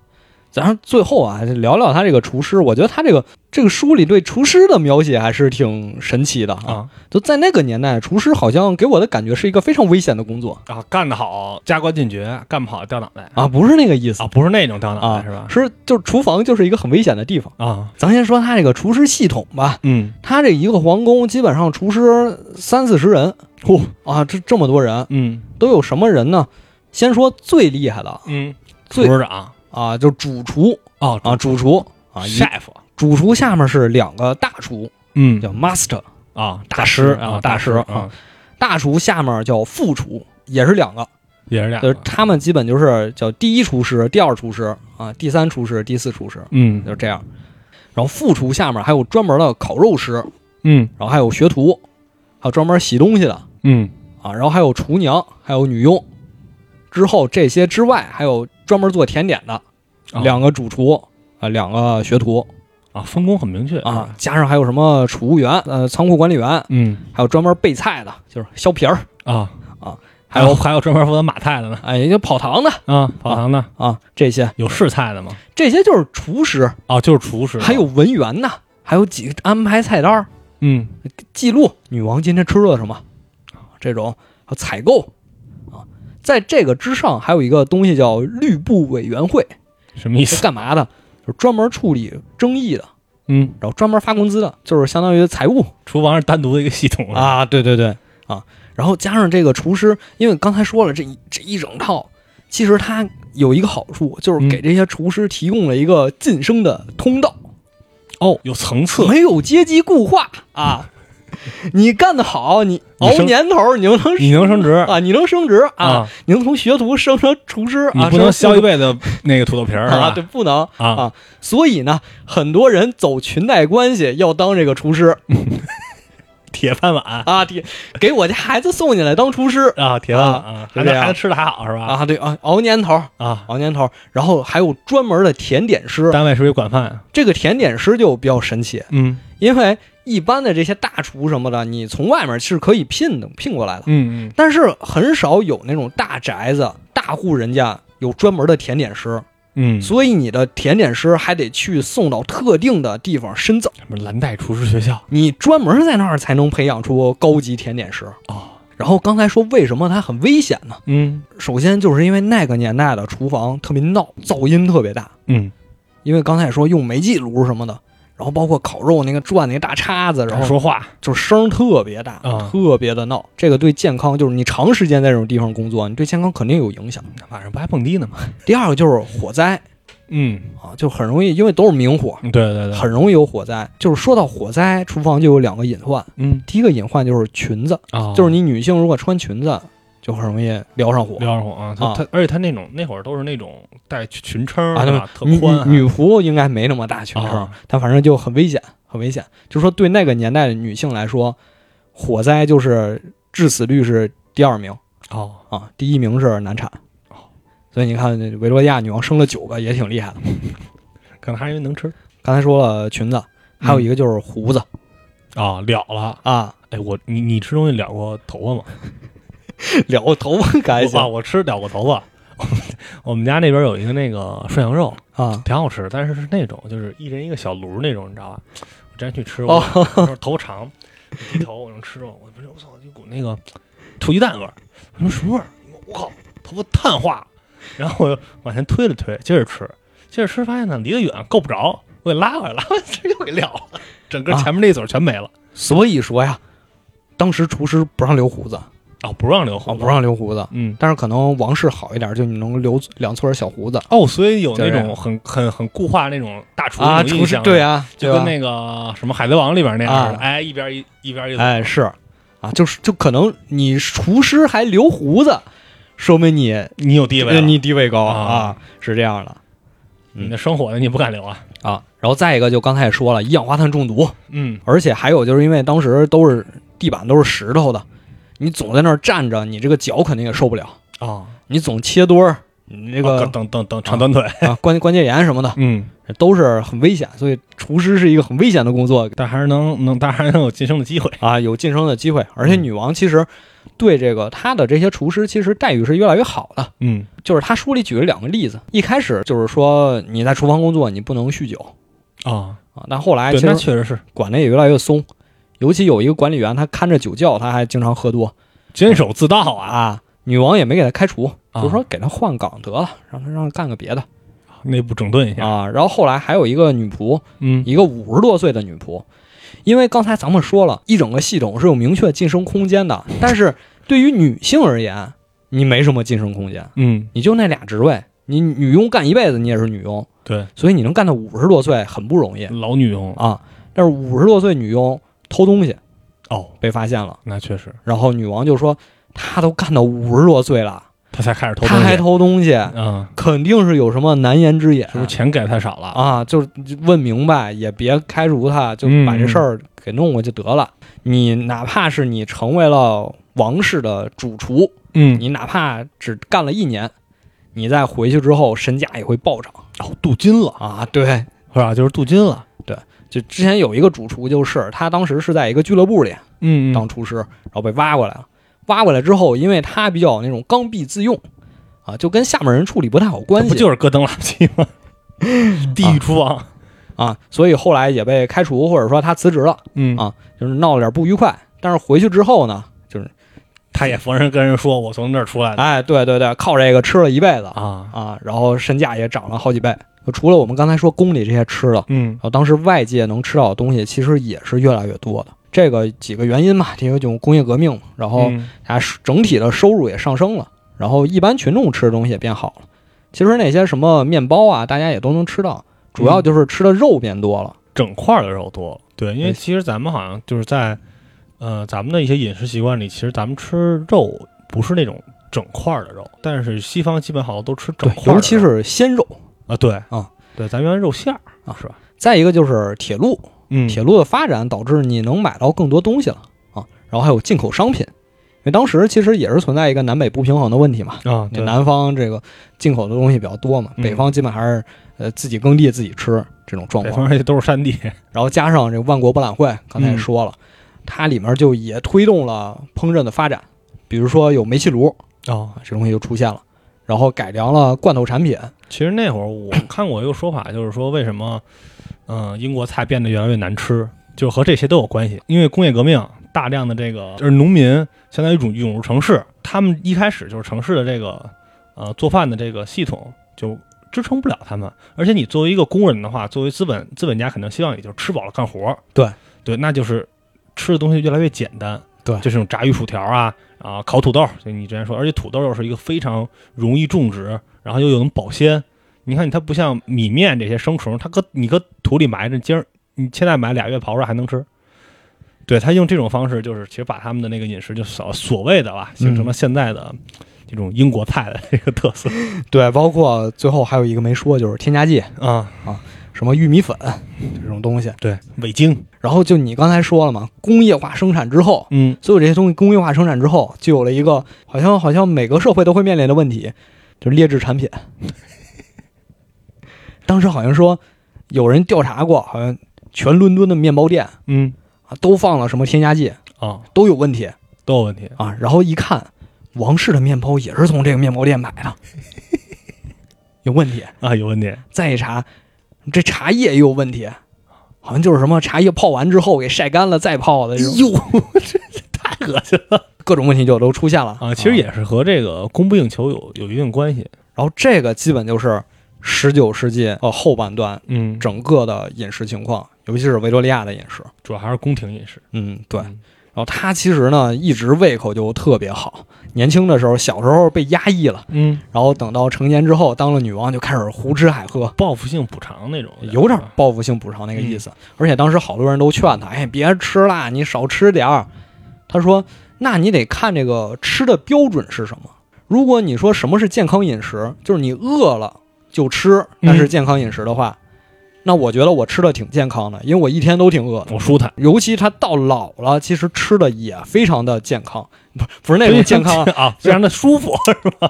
S1: 咱最后啊，聊聊他这个厨师，我觉得他这个这个书里对厨师的描写还是挺神奇的啊。
S2: 啊
S1: 就在那个年代，厨师好像给我的感觉是一个非常危险的工作
S2: 啊，干得好加官进爵，干不好掉脑袋
S1: 啊，不是那个意思
S2: 啊，不是那种掉脑
S1: 啊
S2: 袋，是吧？
S1: 是就是厨房就是一个很危险的地方。
S2: 啊，
S1: 咱先说他这个厨师系统吧，
S2: 嗯
S1: 他这一个皇宫基本上厨师三四十人，嚯、啊，这这么多人
S2: 嗯
S1: 都有什么人呢？先说最厉害的
S2: 嗯，厨
S1: 最
S2: 师长
S1: 啊，就主厨
S2: 哦
S1: 啊，主厨啊，一
S2: ，chef，
S1: 主厨下面是两个大厨，
S2: 嗯
S1: 叫 master，
S2: 啊，
S1: 大师
S2: 啊，
S1: 啊大师
S2: 啊
S1: 啊，大厨下面叫副厨，也是两个，
S2: 也是俩啊
S1: 就是，他们基本就是叫第一厨师、第二厨师啊、第三厨师、第四厨师，
S2: 嗯
S1: 就是这样。然后副厨下面还有专门的烤肉师，
S2: 嗯
S1: 然后还有学徒，还有专门洗东西的
S2: 嗯
S1: 啊，然后还有厨娘，还有女佣。之后这些之外，还有专门做甜点的，
S2: 啊
S1: 两个主厨啊，两个学徒
S2: 啊，分工很明确
S1: 啊，，加上还有什么储物员、呃仓库管理员，
S2: 嗯
S1: 还有专门备菜的，就是削皮儿，
S2: 啊
S1: 啊，
S2: 还有还有专门负责马菜的呢
S1: 哎，就跑堂的
S2: 啊，跑堂的
S1: 啊，这些
S2: 有试菜的吗？
S1: 这些就是厨师，
S2: 哦，就是厨师，
S1: 还有文员呐，还有几个安排菜单儿、
S2: 嗯
S1: 记录女王今天吃了什么，这种还有采购啊，在这个之上还有一个东西叫绿布委员会，
S2: 什么意
S1: 是
S2: 思？
S1: 干嘛的？就是专门处理争议的，
S2: 嗯，
S1: 然后专门发工资的，就是相当于财务
S2: 厨房是单独的一个系统，
S1: 啊，对对对啊，然后加上这个厨师，因为刚才说了这一这一整套，其实它有一个好处，就是
S2: 嗯
S1: 给这些厨师提供了一个晋升的通道，
S2: 哦，有层次
S1: 没有阶级固化啊。你干得好，你熬
S2: 你升
S1: 年头，你就能
S2: 你能升职
S1: 啊，你能升职啊，
S2: 啊
S1: 你能从学徒升成厨师啊，
S2: 你不能削一
S1: 辈
S2: 辈子那个土豆皮儿，是
S1: 啊，
S2: 吧
S1: 对，不能。
S2: 啊，
S1: 啊，所以呢，很多人走裙带关系要当这个厨师
S2: 铁饭碗
S1: 啊，给给我家孩子送进来当厨师
S2: 啊，铁饭碗啊，
S1: 就这
S2: 还能
S1: 样
S2: 还能吃的还好是吧？
S1: 啊，对啊，熬年头，
S2: 啊，
S1: 熬年头，然后还有专门的甜点师，
S2: 单位是不是有管饭？
S1: 这个甜点师就比较神奇，
S2: 嗯
S1: 因为一般的这些大厨什么的，你从外面是可以聘的，聘过来的，
S2: 嗯嗯，
S1: 但是很少有那种大宅子、大户人家有专门的甜点师，
S2: 嗯，
S1: 所以你的甜点师还得去送到特定的地方深造。
S2: 什么蓝带厨师学校
S1: 你专门在那儿才能培养出高级甜点师。
S2: 哦，
S1: 然后刚才说为什么它很危险呢？
S2: 嗯
S1: 首先就是因为那个年代的厨房特别闹，噪音特别大，
S2: 嗯
S1: 因为刚才也说用煤气炉什么的，然后包括烤肉那个转那个大叉子，然后
S2: 哎说话，
S1: 就是声儿特别大，
S2: 啊
S1: 特别的闹。这个对健康，就是你长时间在这种地方工作，你对健康肯定有影响。
S2: 晚上不还蹦迪呢吗？
S1: 第二个就是火灾
S2: 嗯，
S1: 啊，就很容易，因为都是明火，
S2: 对对对，
S1: 很容易有火灾。就是说到火灾，厨房就有两个隐患，
S2: 嗯
S1: 第一个隐患就是裙子，
S2: 啊，
S1: 就是你女性如果穿裙子，就很容易燎上火。
S2: 撩上火啊，他
S1: 啊
S2: 他，而且他那种那会儿都是那种带裙撑儿
S1: 啊，
S2: 的
S1: 对
S2: 吧
S1: 吧
S2: 特
S1: 女
S2: 宽还，
S1: 女女服应该没那么大裙撑，
S2: 啊
S1: 但反正就很危险，很危险。就说对那个年代的女性来说，火灾就是致死率是第二名
S2: 哦，
S1: 啊，第一名是难产。所以你看，维多利亚女王生了九个，也挺厉害的。
S2: 可能还是因为能吃
S1: 刚才说了裙子，还有一个就是胡子、
S2: 啊，了了，
S1: 啊，
S2: 哎，我你你吃东西了过头发吗？
S1: 了个头发改
S2: 我啊，
S1: 行
S2: 我吃了过头发。 我们家那边有一个那个涮羊肉，
S1: 啊。
S2: 挺好吃，但是是那种就是一人一个小炉那种，你知道吧？我之前去吃，
S1: 哦
S2: 我就是头长，我低头我能吃肉，我不是我操，一股那个臭鸡蛋味儿，我说什么味儿？我靠，头发碳化了。然后我又往前推了推，接着吃，接着吃，发现呢离得远够不着，我给拉回来，拉回来 这又给撂了，整个
S1: 啊
S2: 前面那嘴儿全没了。
S1: 所以说呀，当时厨师不让留胡子啊，
S2: 哦，不让留胡子，
S1: 不，让留胡子。
S2: 嗯。
S1: 但是可能王室好一点，就你能留两撮小胡子
S2: 哦，所以有那
S1: 就是
S2: 种很很很固化那种大厨
S1: 啊，
S2: 那种
S1: 厨
S2: 印
S1: 师
S2: 象
S1: 对，啊，
S2: 就
S1: 对
S2: 跟
S1: 吧
S2: 那个什么《海贼王》里边那样似的，
S1: 啊
S2: 哎，一边一一边一走，
S1: 哎，是啊，就是就可能你厨师还留胡子，说明你
S2: 你有地位了，嗯
S1: 你地位高
S2: 啊
S1: 是这样的
S2: 你的生火的你不敢留啊。
S1: 啊。然后再一个，就刚才也说了，一氧化碳中毒，
S2: 嗯，
S1: 而且还有就是因为当时都是地板都是石头的，你总在那儿站着，你这个脚肯定也受不了，
S2: 哦，
S1: 你总切墩儿，你这
S2: 这
S1: 个
S2: 哦等等等长短腿，
S1: 啊关关节炎什么的
S2: 嗯，
S1: 都是很危险，所以厨师是一个很危险的工作
S2: 但还是能能，但还是能有晋升的机会。
S1: 啊，有晋升的机会。而且女王其实对这个她的这些厨师其实待遇是越来越好的。
S2: 嗯，
S1: 就是他书里举了两个例子，一开始就是说你在厨房工作你不能酗酒
S2: 啊，
S1: 啊，但后来
S2: 对
S1: 其，
S2: 那
S1: 实
S2: 确实是
S1: 管的也越来越松，尤其有一个管理员他看着酒窖，他还经常喝多
S2: 坚守自盗啊。
S1: 啊，女王也没给他开除，
S2: 啊
S1: 就说给他换岗得了，让他让他干个别的
S2: 内部整顿一下，
S1: 啊。然后后来还有一个女仆，
S2: 嗯，
S1: 一个五十多岁的女仆，因为刚才咱们说了一整个系统是有明确晋升空间的，但是对于女性而言，你没什么晋升空间，
S2: 嗯，
S1: 你就那俩职位，你女佣干一辈子你也是女佣。
S2: 对，
S1: 所以你能干到五十多岁很不容易
S2: 老女佣
S1: 啊。但是五十多岁女佣偷东西
S2: 哦，
S1: 被发现了，
S2: 那确实，
S1: 然后女王就说：“她都干到五十多岁了，
S2: 他才开始偷东
S1: 她还
S2: 西，
S1: 偷东西，
S2: 嗯，
S1: 肯定是有什么难言之隐
S2: 是不是钱给太少了？
S1: 啊。”就是问明白，也别开除她，就把这事儿给弄过去得了。你哪怕是你成为了王室的主厨，
S2: 嗯，
S1: 你哪怕只干了一年，你再回去之后，身价也会暴涨
S2: 哦，镀金了
S1: 啊。对，
S2: 是吧？就是镀金了，
S1: 就之前有一个主厨，就是他当时是在一个俱乐部里
S2: 嗯
S1: 当厨师，然后被挖过来了。挖过来之后，因为他比较有那种刚愎自用，啊，就跟下面人处理不太好关
S2: 不
S1: 系
S2: 就是戈登拉基吗？ 地狱厨王，
S1: 啊，所以后来也被开除，或者说他辞职了，
S2: 嗯
S1: 啊就是闹了点不愉快。但是回去之后呢，就是
S2: 他也逢人跟人说我从那儿出来的
S1: 哎，对对对，靠这个吃了一辈子
S2: 啊，
S1: 啊，然后身价也涨了好几倍。就除了我们刚才说宫里这些吃的，
S2: 嗯
S1: 然后当时外界能吃到的东西其实也是越来越多的。这个几个原因嘛，第一个就是工业革命嘛，然后
S2: 嗯
S1: 啊，整体的收入也上升了，然后一般群众吃的东西也变好了。其实那些什么面包啊，大家也都能吃到，主要就是吃的肉变多了。
S2: 整块儿的肉多。对，因为
S1: 没
S2: 其实咱们好像就是在，呃，咱们的一些饮食习惯里，其实咱们吃肉不是那种整块儿的肉，但是西方基本好像都吃整块儿的肉，
S1: 尤其是鲜肉。
S2: 啊，对
S1: 啊，
S2: 对，咱们原来肉馅儿
S1: 啊
S2: 是吧？
S1: 再一个就是铁路，
S2: 嗯
S1: 铁路的发展导致你能买到更多东西了啊，然后还有进口商品，因为当时其实也是存在一个南北不平衡的问题嘛。
S2: 啊，
S1: 你
S2: 对，
S1: 南方这个进口的东西比较多嘛，
S2: 嗯
S1: 北方基本还是呃自己耕地自己吃这种状
S2: 北
S1: 况。
S2: 方这都是山地，
S1: 然后加上这个万国博览会，刚才也说了，它里面就也推动了烹饪的发展，比如说有煤气炉
S2: 哦
S1: 啊，，这东西就出现了，然后改良了罐头产品
S2: 其实那会儿我看过一个说法，就是说为什么，嗯、英国菜变得越来越难吃，就是和这些都有关系。因为工业革命，大量的这个就是农民相当于涌涌入城市，他们一开始就是城市的这个呃做饭的这个系统就支撑不了他们。而且你作为一个工人的话，作为资本资本家，肯定希望你就是吃饱了干活。
S1: 对
S2: 对，那就是吃的东西越来越简单。
S1: 对
S2: 就这种炸鱼薯条啊啊，烤土豆，就你之前说，而且土豆又是一个非常容易种植，然后又有能保鲜。你看它不像米面这些生虫，它搁你搁土里埋着，今儿你现在买俩月刨出来还能吃。对他用这种方式，就是其实把他们的那个饮食就所所谓的吧，形成
S1: 嗯
S2: 了现在的这种英国菜的这个特色
S1: 对，包括最后还有一个没说，就是添加剂，
S2: 啊。
S1: 什么玉米粉这种东西。
S2: 对，味精，
S1: 然后就你刚才说了嘛，工业化生产之后，
S2: 嗯，
S1: 所有这些东西工业化生产之后，就有了一个好像好像每个社会都会面临的问题，就是劣质产品。 当时好像说有人调查过，好像全伦敦的面包店
S2: 嗯
S1: 啊都放了什么添加剂，
S2: 啊，
S1: 都有问题
S2: 都有问题。
S1: 啊。然后一看，王室的面包也是从这个面包店买的，有问题。
S2: 啊，有问题
S1: 再一查，这茶叶也有问题，好像就是什么茶叶泡完之后给晒干了再泡的这种，
S2: 哟，这这太恶心了
S1: 各种问题就都出现了
S2: 啊！其实也是和这个供不应求有有一定关系。
S1: 然后这个基本就是十九世纪呃后半段
S2: 嗯，
S1: 整个的饮食情况，尤其是维多利亚的饮食。
S2: 主要还是宫廷饮食。
S1: 嗯，对。
S2: 嗯
S1: 然后他其实呢一直胃口就特别好，年轻的时候小时候被压抑了，
S2: 嗯，
S1: 然后等到成年之后当了女王就开始胡吃海喝。
S2: 报复性补偿那种，
S1: 有点报复性补偿那个意
S2: 嗯
S1: 思，而且当时好多人都劝他，哎，别吃啦，你少吃点儿。他说，那你得看这个吃的标准是什么。如果你说什么是健康饮食，就是你饿了就吃，那
S2: 嗯
S1: 是健康饮食的话，那我觉得我吃的挺健康的，因为我一天都挺饿的。
S2: 我舒坦。
S1: 尤其他到老了，其实吃的也非常的健康，不是不是那种健康啊，
S2: 啊，非常的舒服。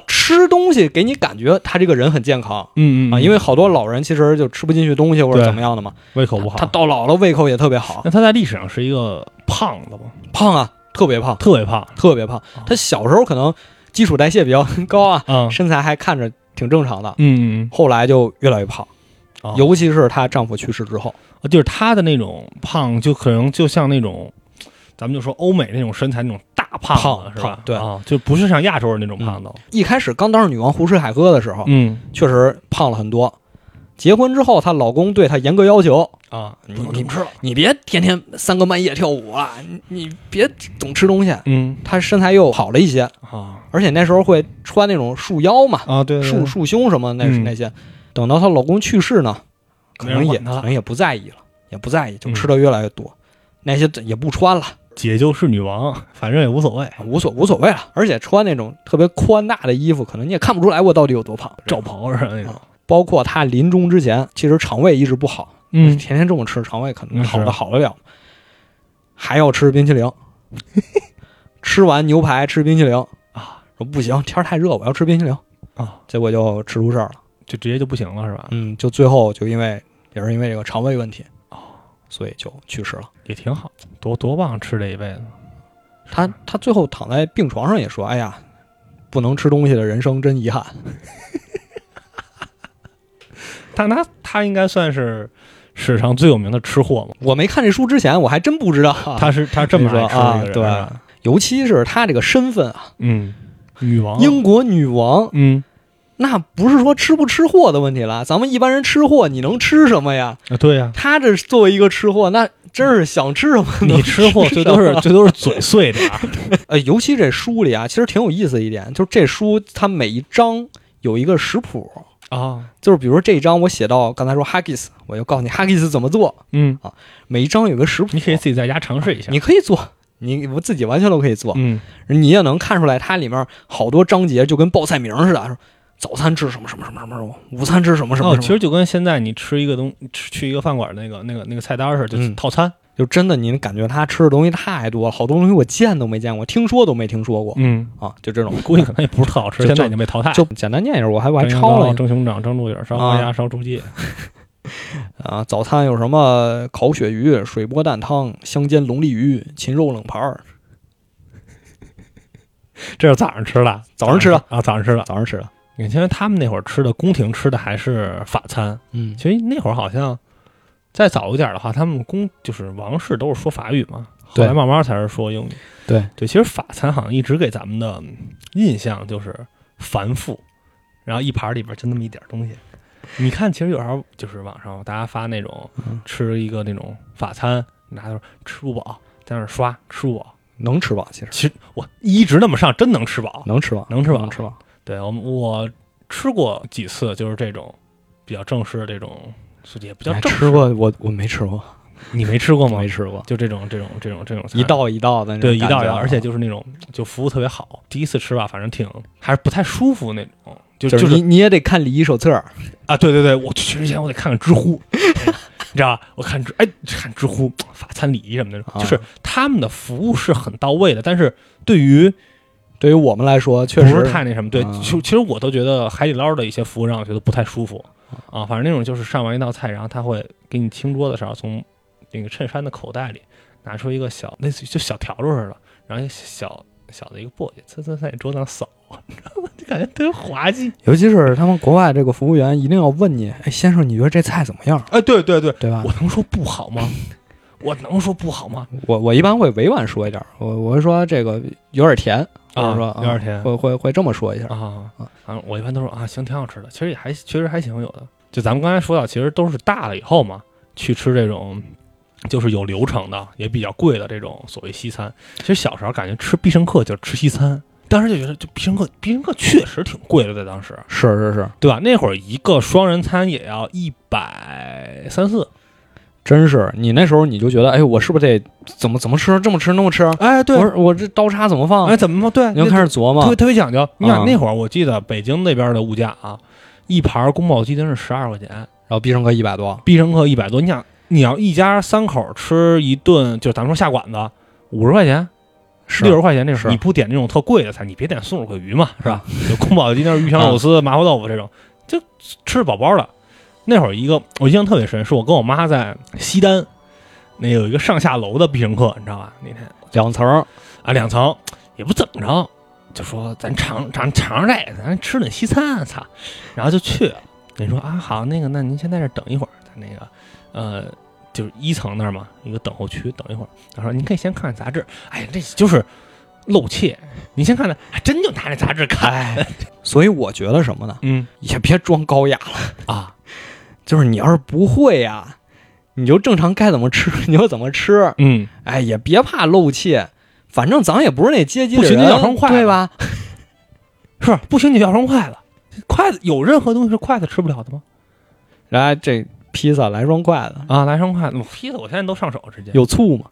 S1: 吃东西给你感觉他这个人很健康
S2: 嗯
S1: 啊，因为好多老人其实就吃不进去东西或者
S2: 对
S1: 怎么样的嘛。
S2: 胃口不好。
S1: 他到老了胃口也特别好，
S2: 那他在历史上是一个胖子吗？
S1: 胖啊，特别胖，
S2: 特别胖
S1: 特别胖。
S2: 哦
S1: 他小时候可能基础代谢比较高啊，
S2: 啊。
S1: 身材还看着挺正常的，
S2: 嗯，
S1: 后来就越来越胖
S2: 哦，
S1: 尤其是她丈夫去世之后，
S2: 啊就是他的那种胖，就可能就像那种，咱们就说欧美那种身材那种大胖子
S1: 胖
S2: 是吧
S1: 胖？对
S2: 啊，就不是像亚洲人那种胖子。
S1: 一开始刚当上女王胡吃海喝的时候，
S2: 嗯
S1: 确实胖了很多。结婚之后，她老公对她严格要求，
S2: 啊，
S1: 你
S2: 不能这么吃了。
S1: 你别天天三更半夜跳舞啊，你你别总吃东西。
S2: 嗯
S1: 她身材又好了一些，
S2: 啊
S1: 而且那时候会穿那种束腰嘛，
S2: 啊，对
S1: 束束胸什么那
S2: 嗯
S1: 那些。等到她老公去世呢，可
S2: 没人
S1: 能也
S2: 管她
S1: 可能也不在意了，也不在意，就
S2: 嗯
S1: 吃的越来越多，那些也不穿了，
S2: 姐就是女王，反正也无所谓，
S1: 无所无所谓了。而且穿那种特别宽大的衣服，可能你也看不出来我到底有多胖。
S2: 罩袍似的那种。
S1: 包括她临终之前，其实肠胃一直不好，
S2: 嗯，
S1: 天天这么吃，肠胃可能
S2: 嗯
S1: 好
S2: 是
S1: 的好得了吗，还要吃冰淇 淋，吃完牛排吃冰淇淋
S2: 啊，
S1: 说不行，天儿太热，我要吃冰淇淋
S2: 啊，
S1: 结果就吃出事儿了。
S2: 就直接就不行了是吧？
S1: 嗯，就最后就因为也是因为这个肠胃问题啊所以就去世了。
S2: 也挺好，多多棒吃这一辈子。
S1: 他他最后躺在病床上也说：“哎呀，不能吃东西的人生真遗憾。
S2: 但他他应该算是史上最有名的吃货嘛”。
S1: 我没看这书之前，我还真不知道啊、
S2: 他是他这么
S1: 说
S2: 爱吃的一个人，
S1: 对
S2: 是吧，
S1: 尤其是他这个身份啊，
S2: 嗯，啊女王，
S1: 英国女王，
S2: 嗯，
S1: 那不是说吃不吃货的问题了。咱们一般人吃货，你能吃什么呀？
S2: 啊，对呀，
S1: 他这作为一个吃货，那真是想吃什么能
S2: 你吃货
S1: 什
S2: 最多 是
S1: 么
S2: 最多是嘴碎点儿，
S1: 呃，尤其这书里啊，其实挺有意思的一点，就是这书它每一章有一个食谱。
S2: 啊，
S1: 就是比如说这一章我写到刚才说 haggis，我就告诉你 haggis 怎么做，
S2: 嗯，
S1: 每一章有个食谱，
S2: 你可以自己在家尝试一下，
S1: 你可以做，你我自己完全都可以做，
S2: 嗯，
S1: 你也能看出来它里面好多章节就跟报菜名似的，说早餐吃什么什么什么什么，午餐吃什么什么
S2: 哦，
S1: 什么，
S2: 其实就跟现在你吃一个东吃去一个饭馆那个那个那个菜单似的，就是
S1: 嗯
S2: 套餐，
S1: 就真的你感觉他吃的东西太多了，好多东西我见都没见过，听说都没听说过
S2: 嗯，
S1: 啊，就这种，
S2: 估计可能也不是特好吃，
S1: 就
S2: 现在已经被淘汰。
S1: 就简单念一下，我还我还
S2: 蒸羊
S1: 抄了
S2: 羔
S1: 一个
S2: 蒸熊掌、蒸鹿尾、烧花鸭、烧猪鸡，
S1: 啊，早餐有什么烤鳕鱼、水波蛋汤、香煎龙利鱼、禽肉冷盘儿，
S2: 这是早上吃的，
S1: 早上吃的
S2: 啊，早上吃的。
S1: 早上吃的，
S2: 你其实他们那会儿吃的宫廷吃的还是法餐，
S1: 嗯
S2: 其实那会儿好像再早一点的话，他们公就是王室都是说法语嘛，后
S1: 对
S2: 来慢慢才是说英语。
S1: 对
S2: 对，其实法餐好像一直给咱们的嗯印象就是繁复，然后一盘里边就那么一点东西，你看，其实有时候就是网上大家发那种
S1: 嗯
S2: 吃一个那种法餐，拿着吃不饱，在那儿刷吃不饱。
S1: 能吃饱，其实
S2: 其实我一直那么上，真能吃饱。
S1: 能吃饱，
S2: 能吃饱
S1: 能吃饱。
S2: 对我们我吃过几次，就是这种比较正式的这种，也不叫
S1: 哎
S2: 正式。
S1: 吃过我我没吃过，
S2: 你没吃哦过吗
S1: 没？吃过，
S2: 就这种这种这种这种
S1: 一
S2: 道。
S1: 道一道的那种
S2: 对，一
S1: 感
S2: 道
S1: 觉
S2: 一道，而
S1: 啊
S2: 且就是那种就服务特别好。第一次吃吧，反正挺还是不太舒服那种，就
S1: 就是
S2: 是
S1: 你你也得看礼仪手册儿，
S2: 啊，对对对，我去之前我得看看知 乎，哎你知道吧？我看知哎看知乎法餐礼仪什么的，
S1: 啊
S2: 就是他们的服务是很到位的，但是对于
S1: 对于我们来说确
S2: 不是
S1: 实
S2: 太那什么，对，
S1: 啊
S2: 其实其实我都觉得海底捞的一些服务让我觉得不太舒服啊，反正那种就是上完一道菜，然后他会给你清桌子上从那个衬衫的口袋里拿出一个小类似于就小笤帚似的，然后一个小小的一个簸箕，呲呲在你桌子上扫， 你知道吗？就感觉特别滑稽。
S1: 尤其是他们国外这个服务员一定要问你，哎，先生，你觉得这菜怎么样？
S2: 哎，对对对，
S1: 对吧？
S2: 我能说不好吗？我能说不好吗？
S1: 我我一般会委婉说一点儿，我我会说这个有点甜，或者说
S2: 有点甜
S1: 会会会这么说一下儿。
S2: 嗯啊
S1: 啊
S2: 啊！我一般都说啊，行，挺好吃的，其实也还确实还行，有的。就咱们刚才说到，其实都是大了以后嘛，去吃这种就是有流程的，也比较贵的这种所谓西餐。其实小时候感觉吃必胜客就是吃西餐，当时就觉得就必胜客，必胜客确实挺贵的，在当时，
S1: 是是是，
S2: 对吧？那会儿一个双人餐也要一百三四，
S1: 真是你那时候你就觉得，哎，我是不是得怎么怎么吃，这么吃那么吃？
S2: 哎，对
S1: 我，说我这刀叉怎么放？
S2: 哎，怎么对？
S1: 你就
S2: 那
S1: 开始琢
S2: 特别
S1: 磨，
S2: 特别讲究。你想
S1: 啊
S2: 那会儿，我记得北京那边的物价啊，一盘宫保鸡丁是十二块钱，
S1: 然后必胜客一百多，
S2: 必胜客一百多。你想，你要一家三口吃一顿，就咱们说下馆子，五十块钱、
S1: 是
S2: 六十块钱这
S1: 是
S2: 种，你不点那种特贵的菜，你别点松鼠桂鱼嘛，是吧？就宫保鸡丁、鱼香肉
S1: 嗯
S2: 丝、麻婆豆腐这种，就吃饱饱的。那会儿一个我印象特别深，是我跟我妈在西单，那有一个上下楼的必胜客，你知道吧？那天
S1: 两层儿
S2: 啊，两层也不怎么着，就说咱尝尝尝尝这个，咱吃顿西餐，操！然后就去了。人说啊，好，那个，那您先在这儿等一会儿，咱那个，呃，就是一层那儿嘛，一个等候区，等一会儿。他说您可以先看看杂志，哎呀，这就是露怯，您先看看，还真就拿那杂志 看，
S1: 哎所以我觉得什么呢？
S2: 嗯
S1: 也别装高雅了，
S2: 啊，
S1: 就是你要是不会呀、你就正常该怎么吃你就怎么吃，
S2: 嗯，
S1: 哎，也别怕露怯，反正咱也不是那阶级
S2: 不
S1: 的
S2: 许你
S1: 人，
S2: 咬双筷子
S1: 对吧？
S2: 是不行，你要双筷子，筷子有任何东西是筷子吃不了的吗？
S1: 然后这披萨来双筷子，
S2: 啊，来双筷子，我披萨我现在都上手直接，
S1: 有醋吗？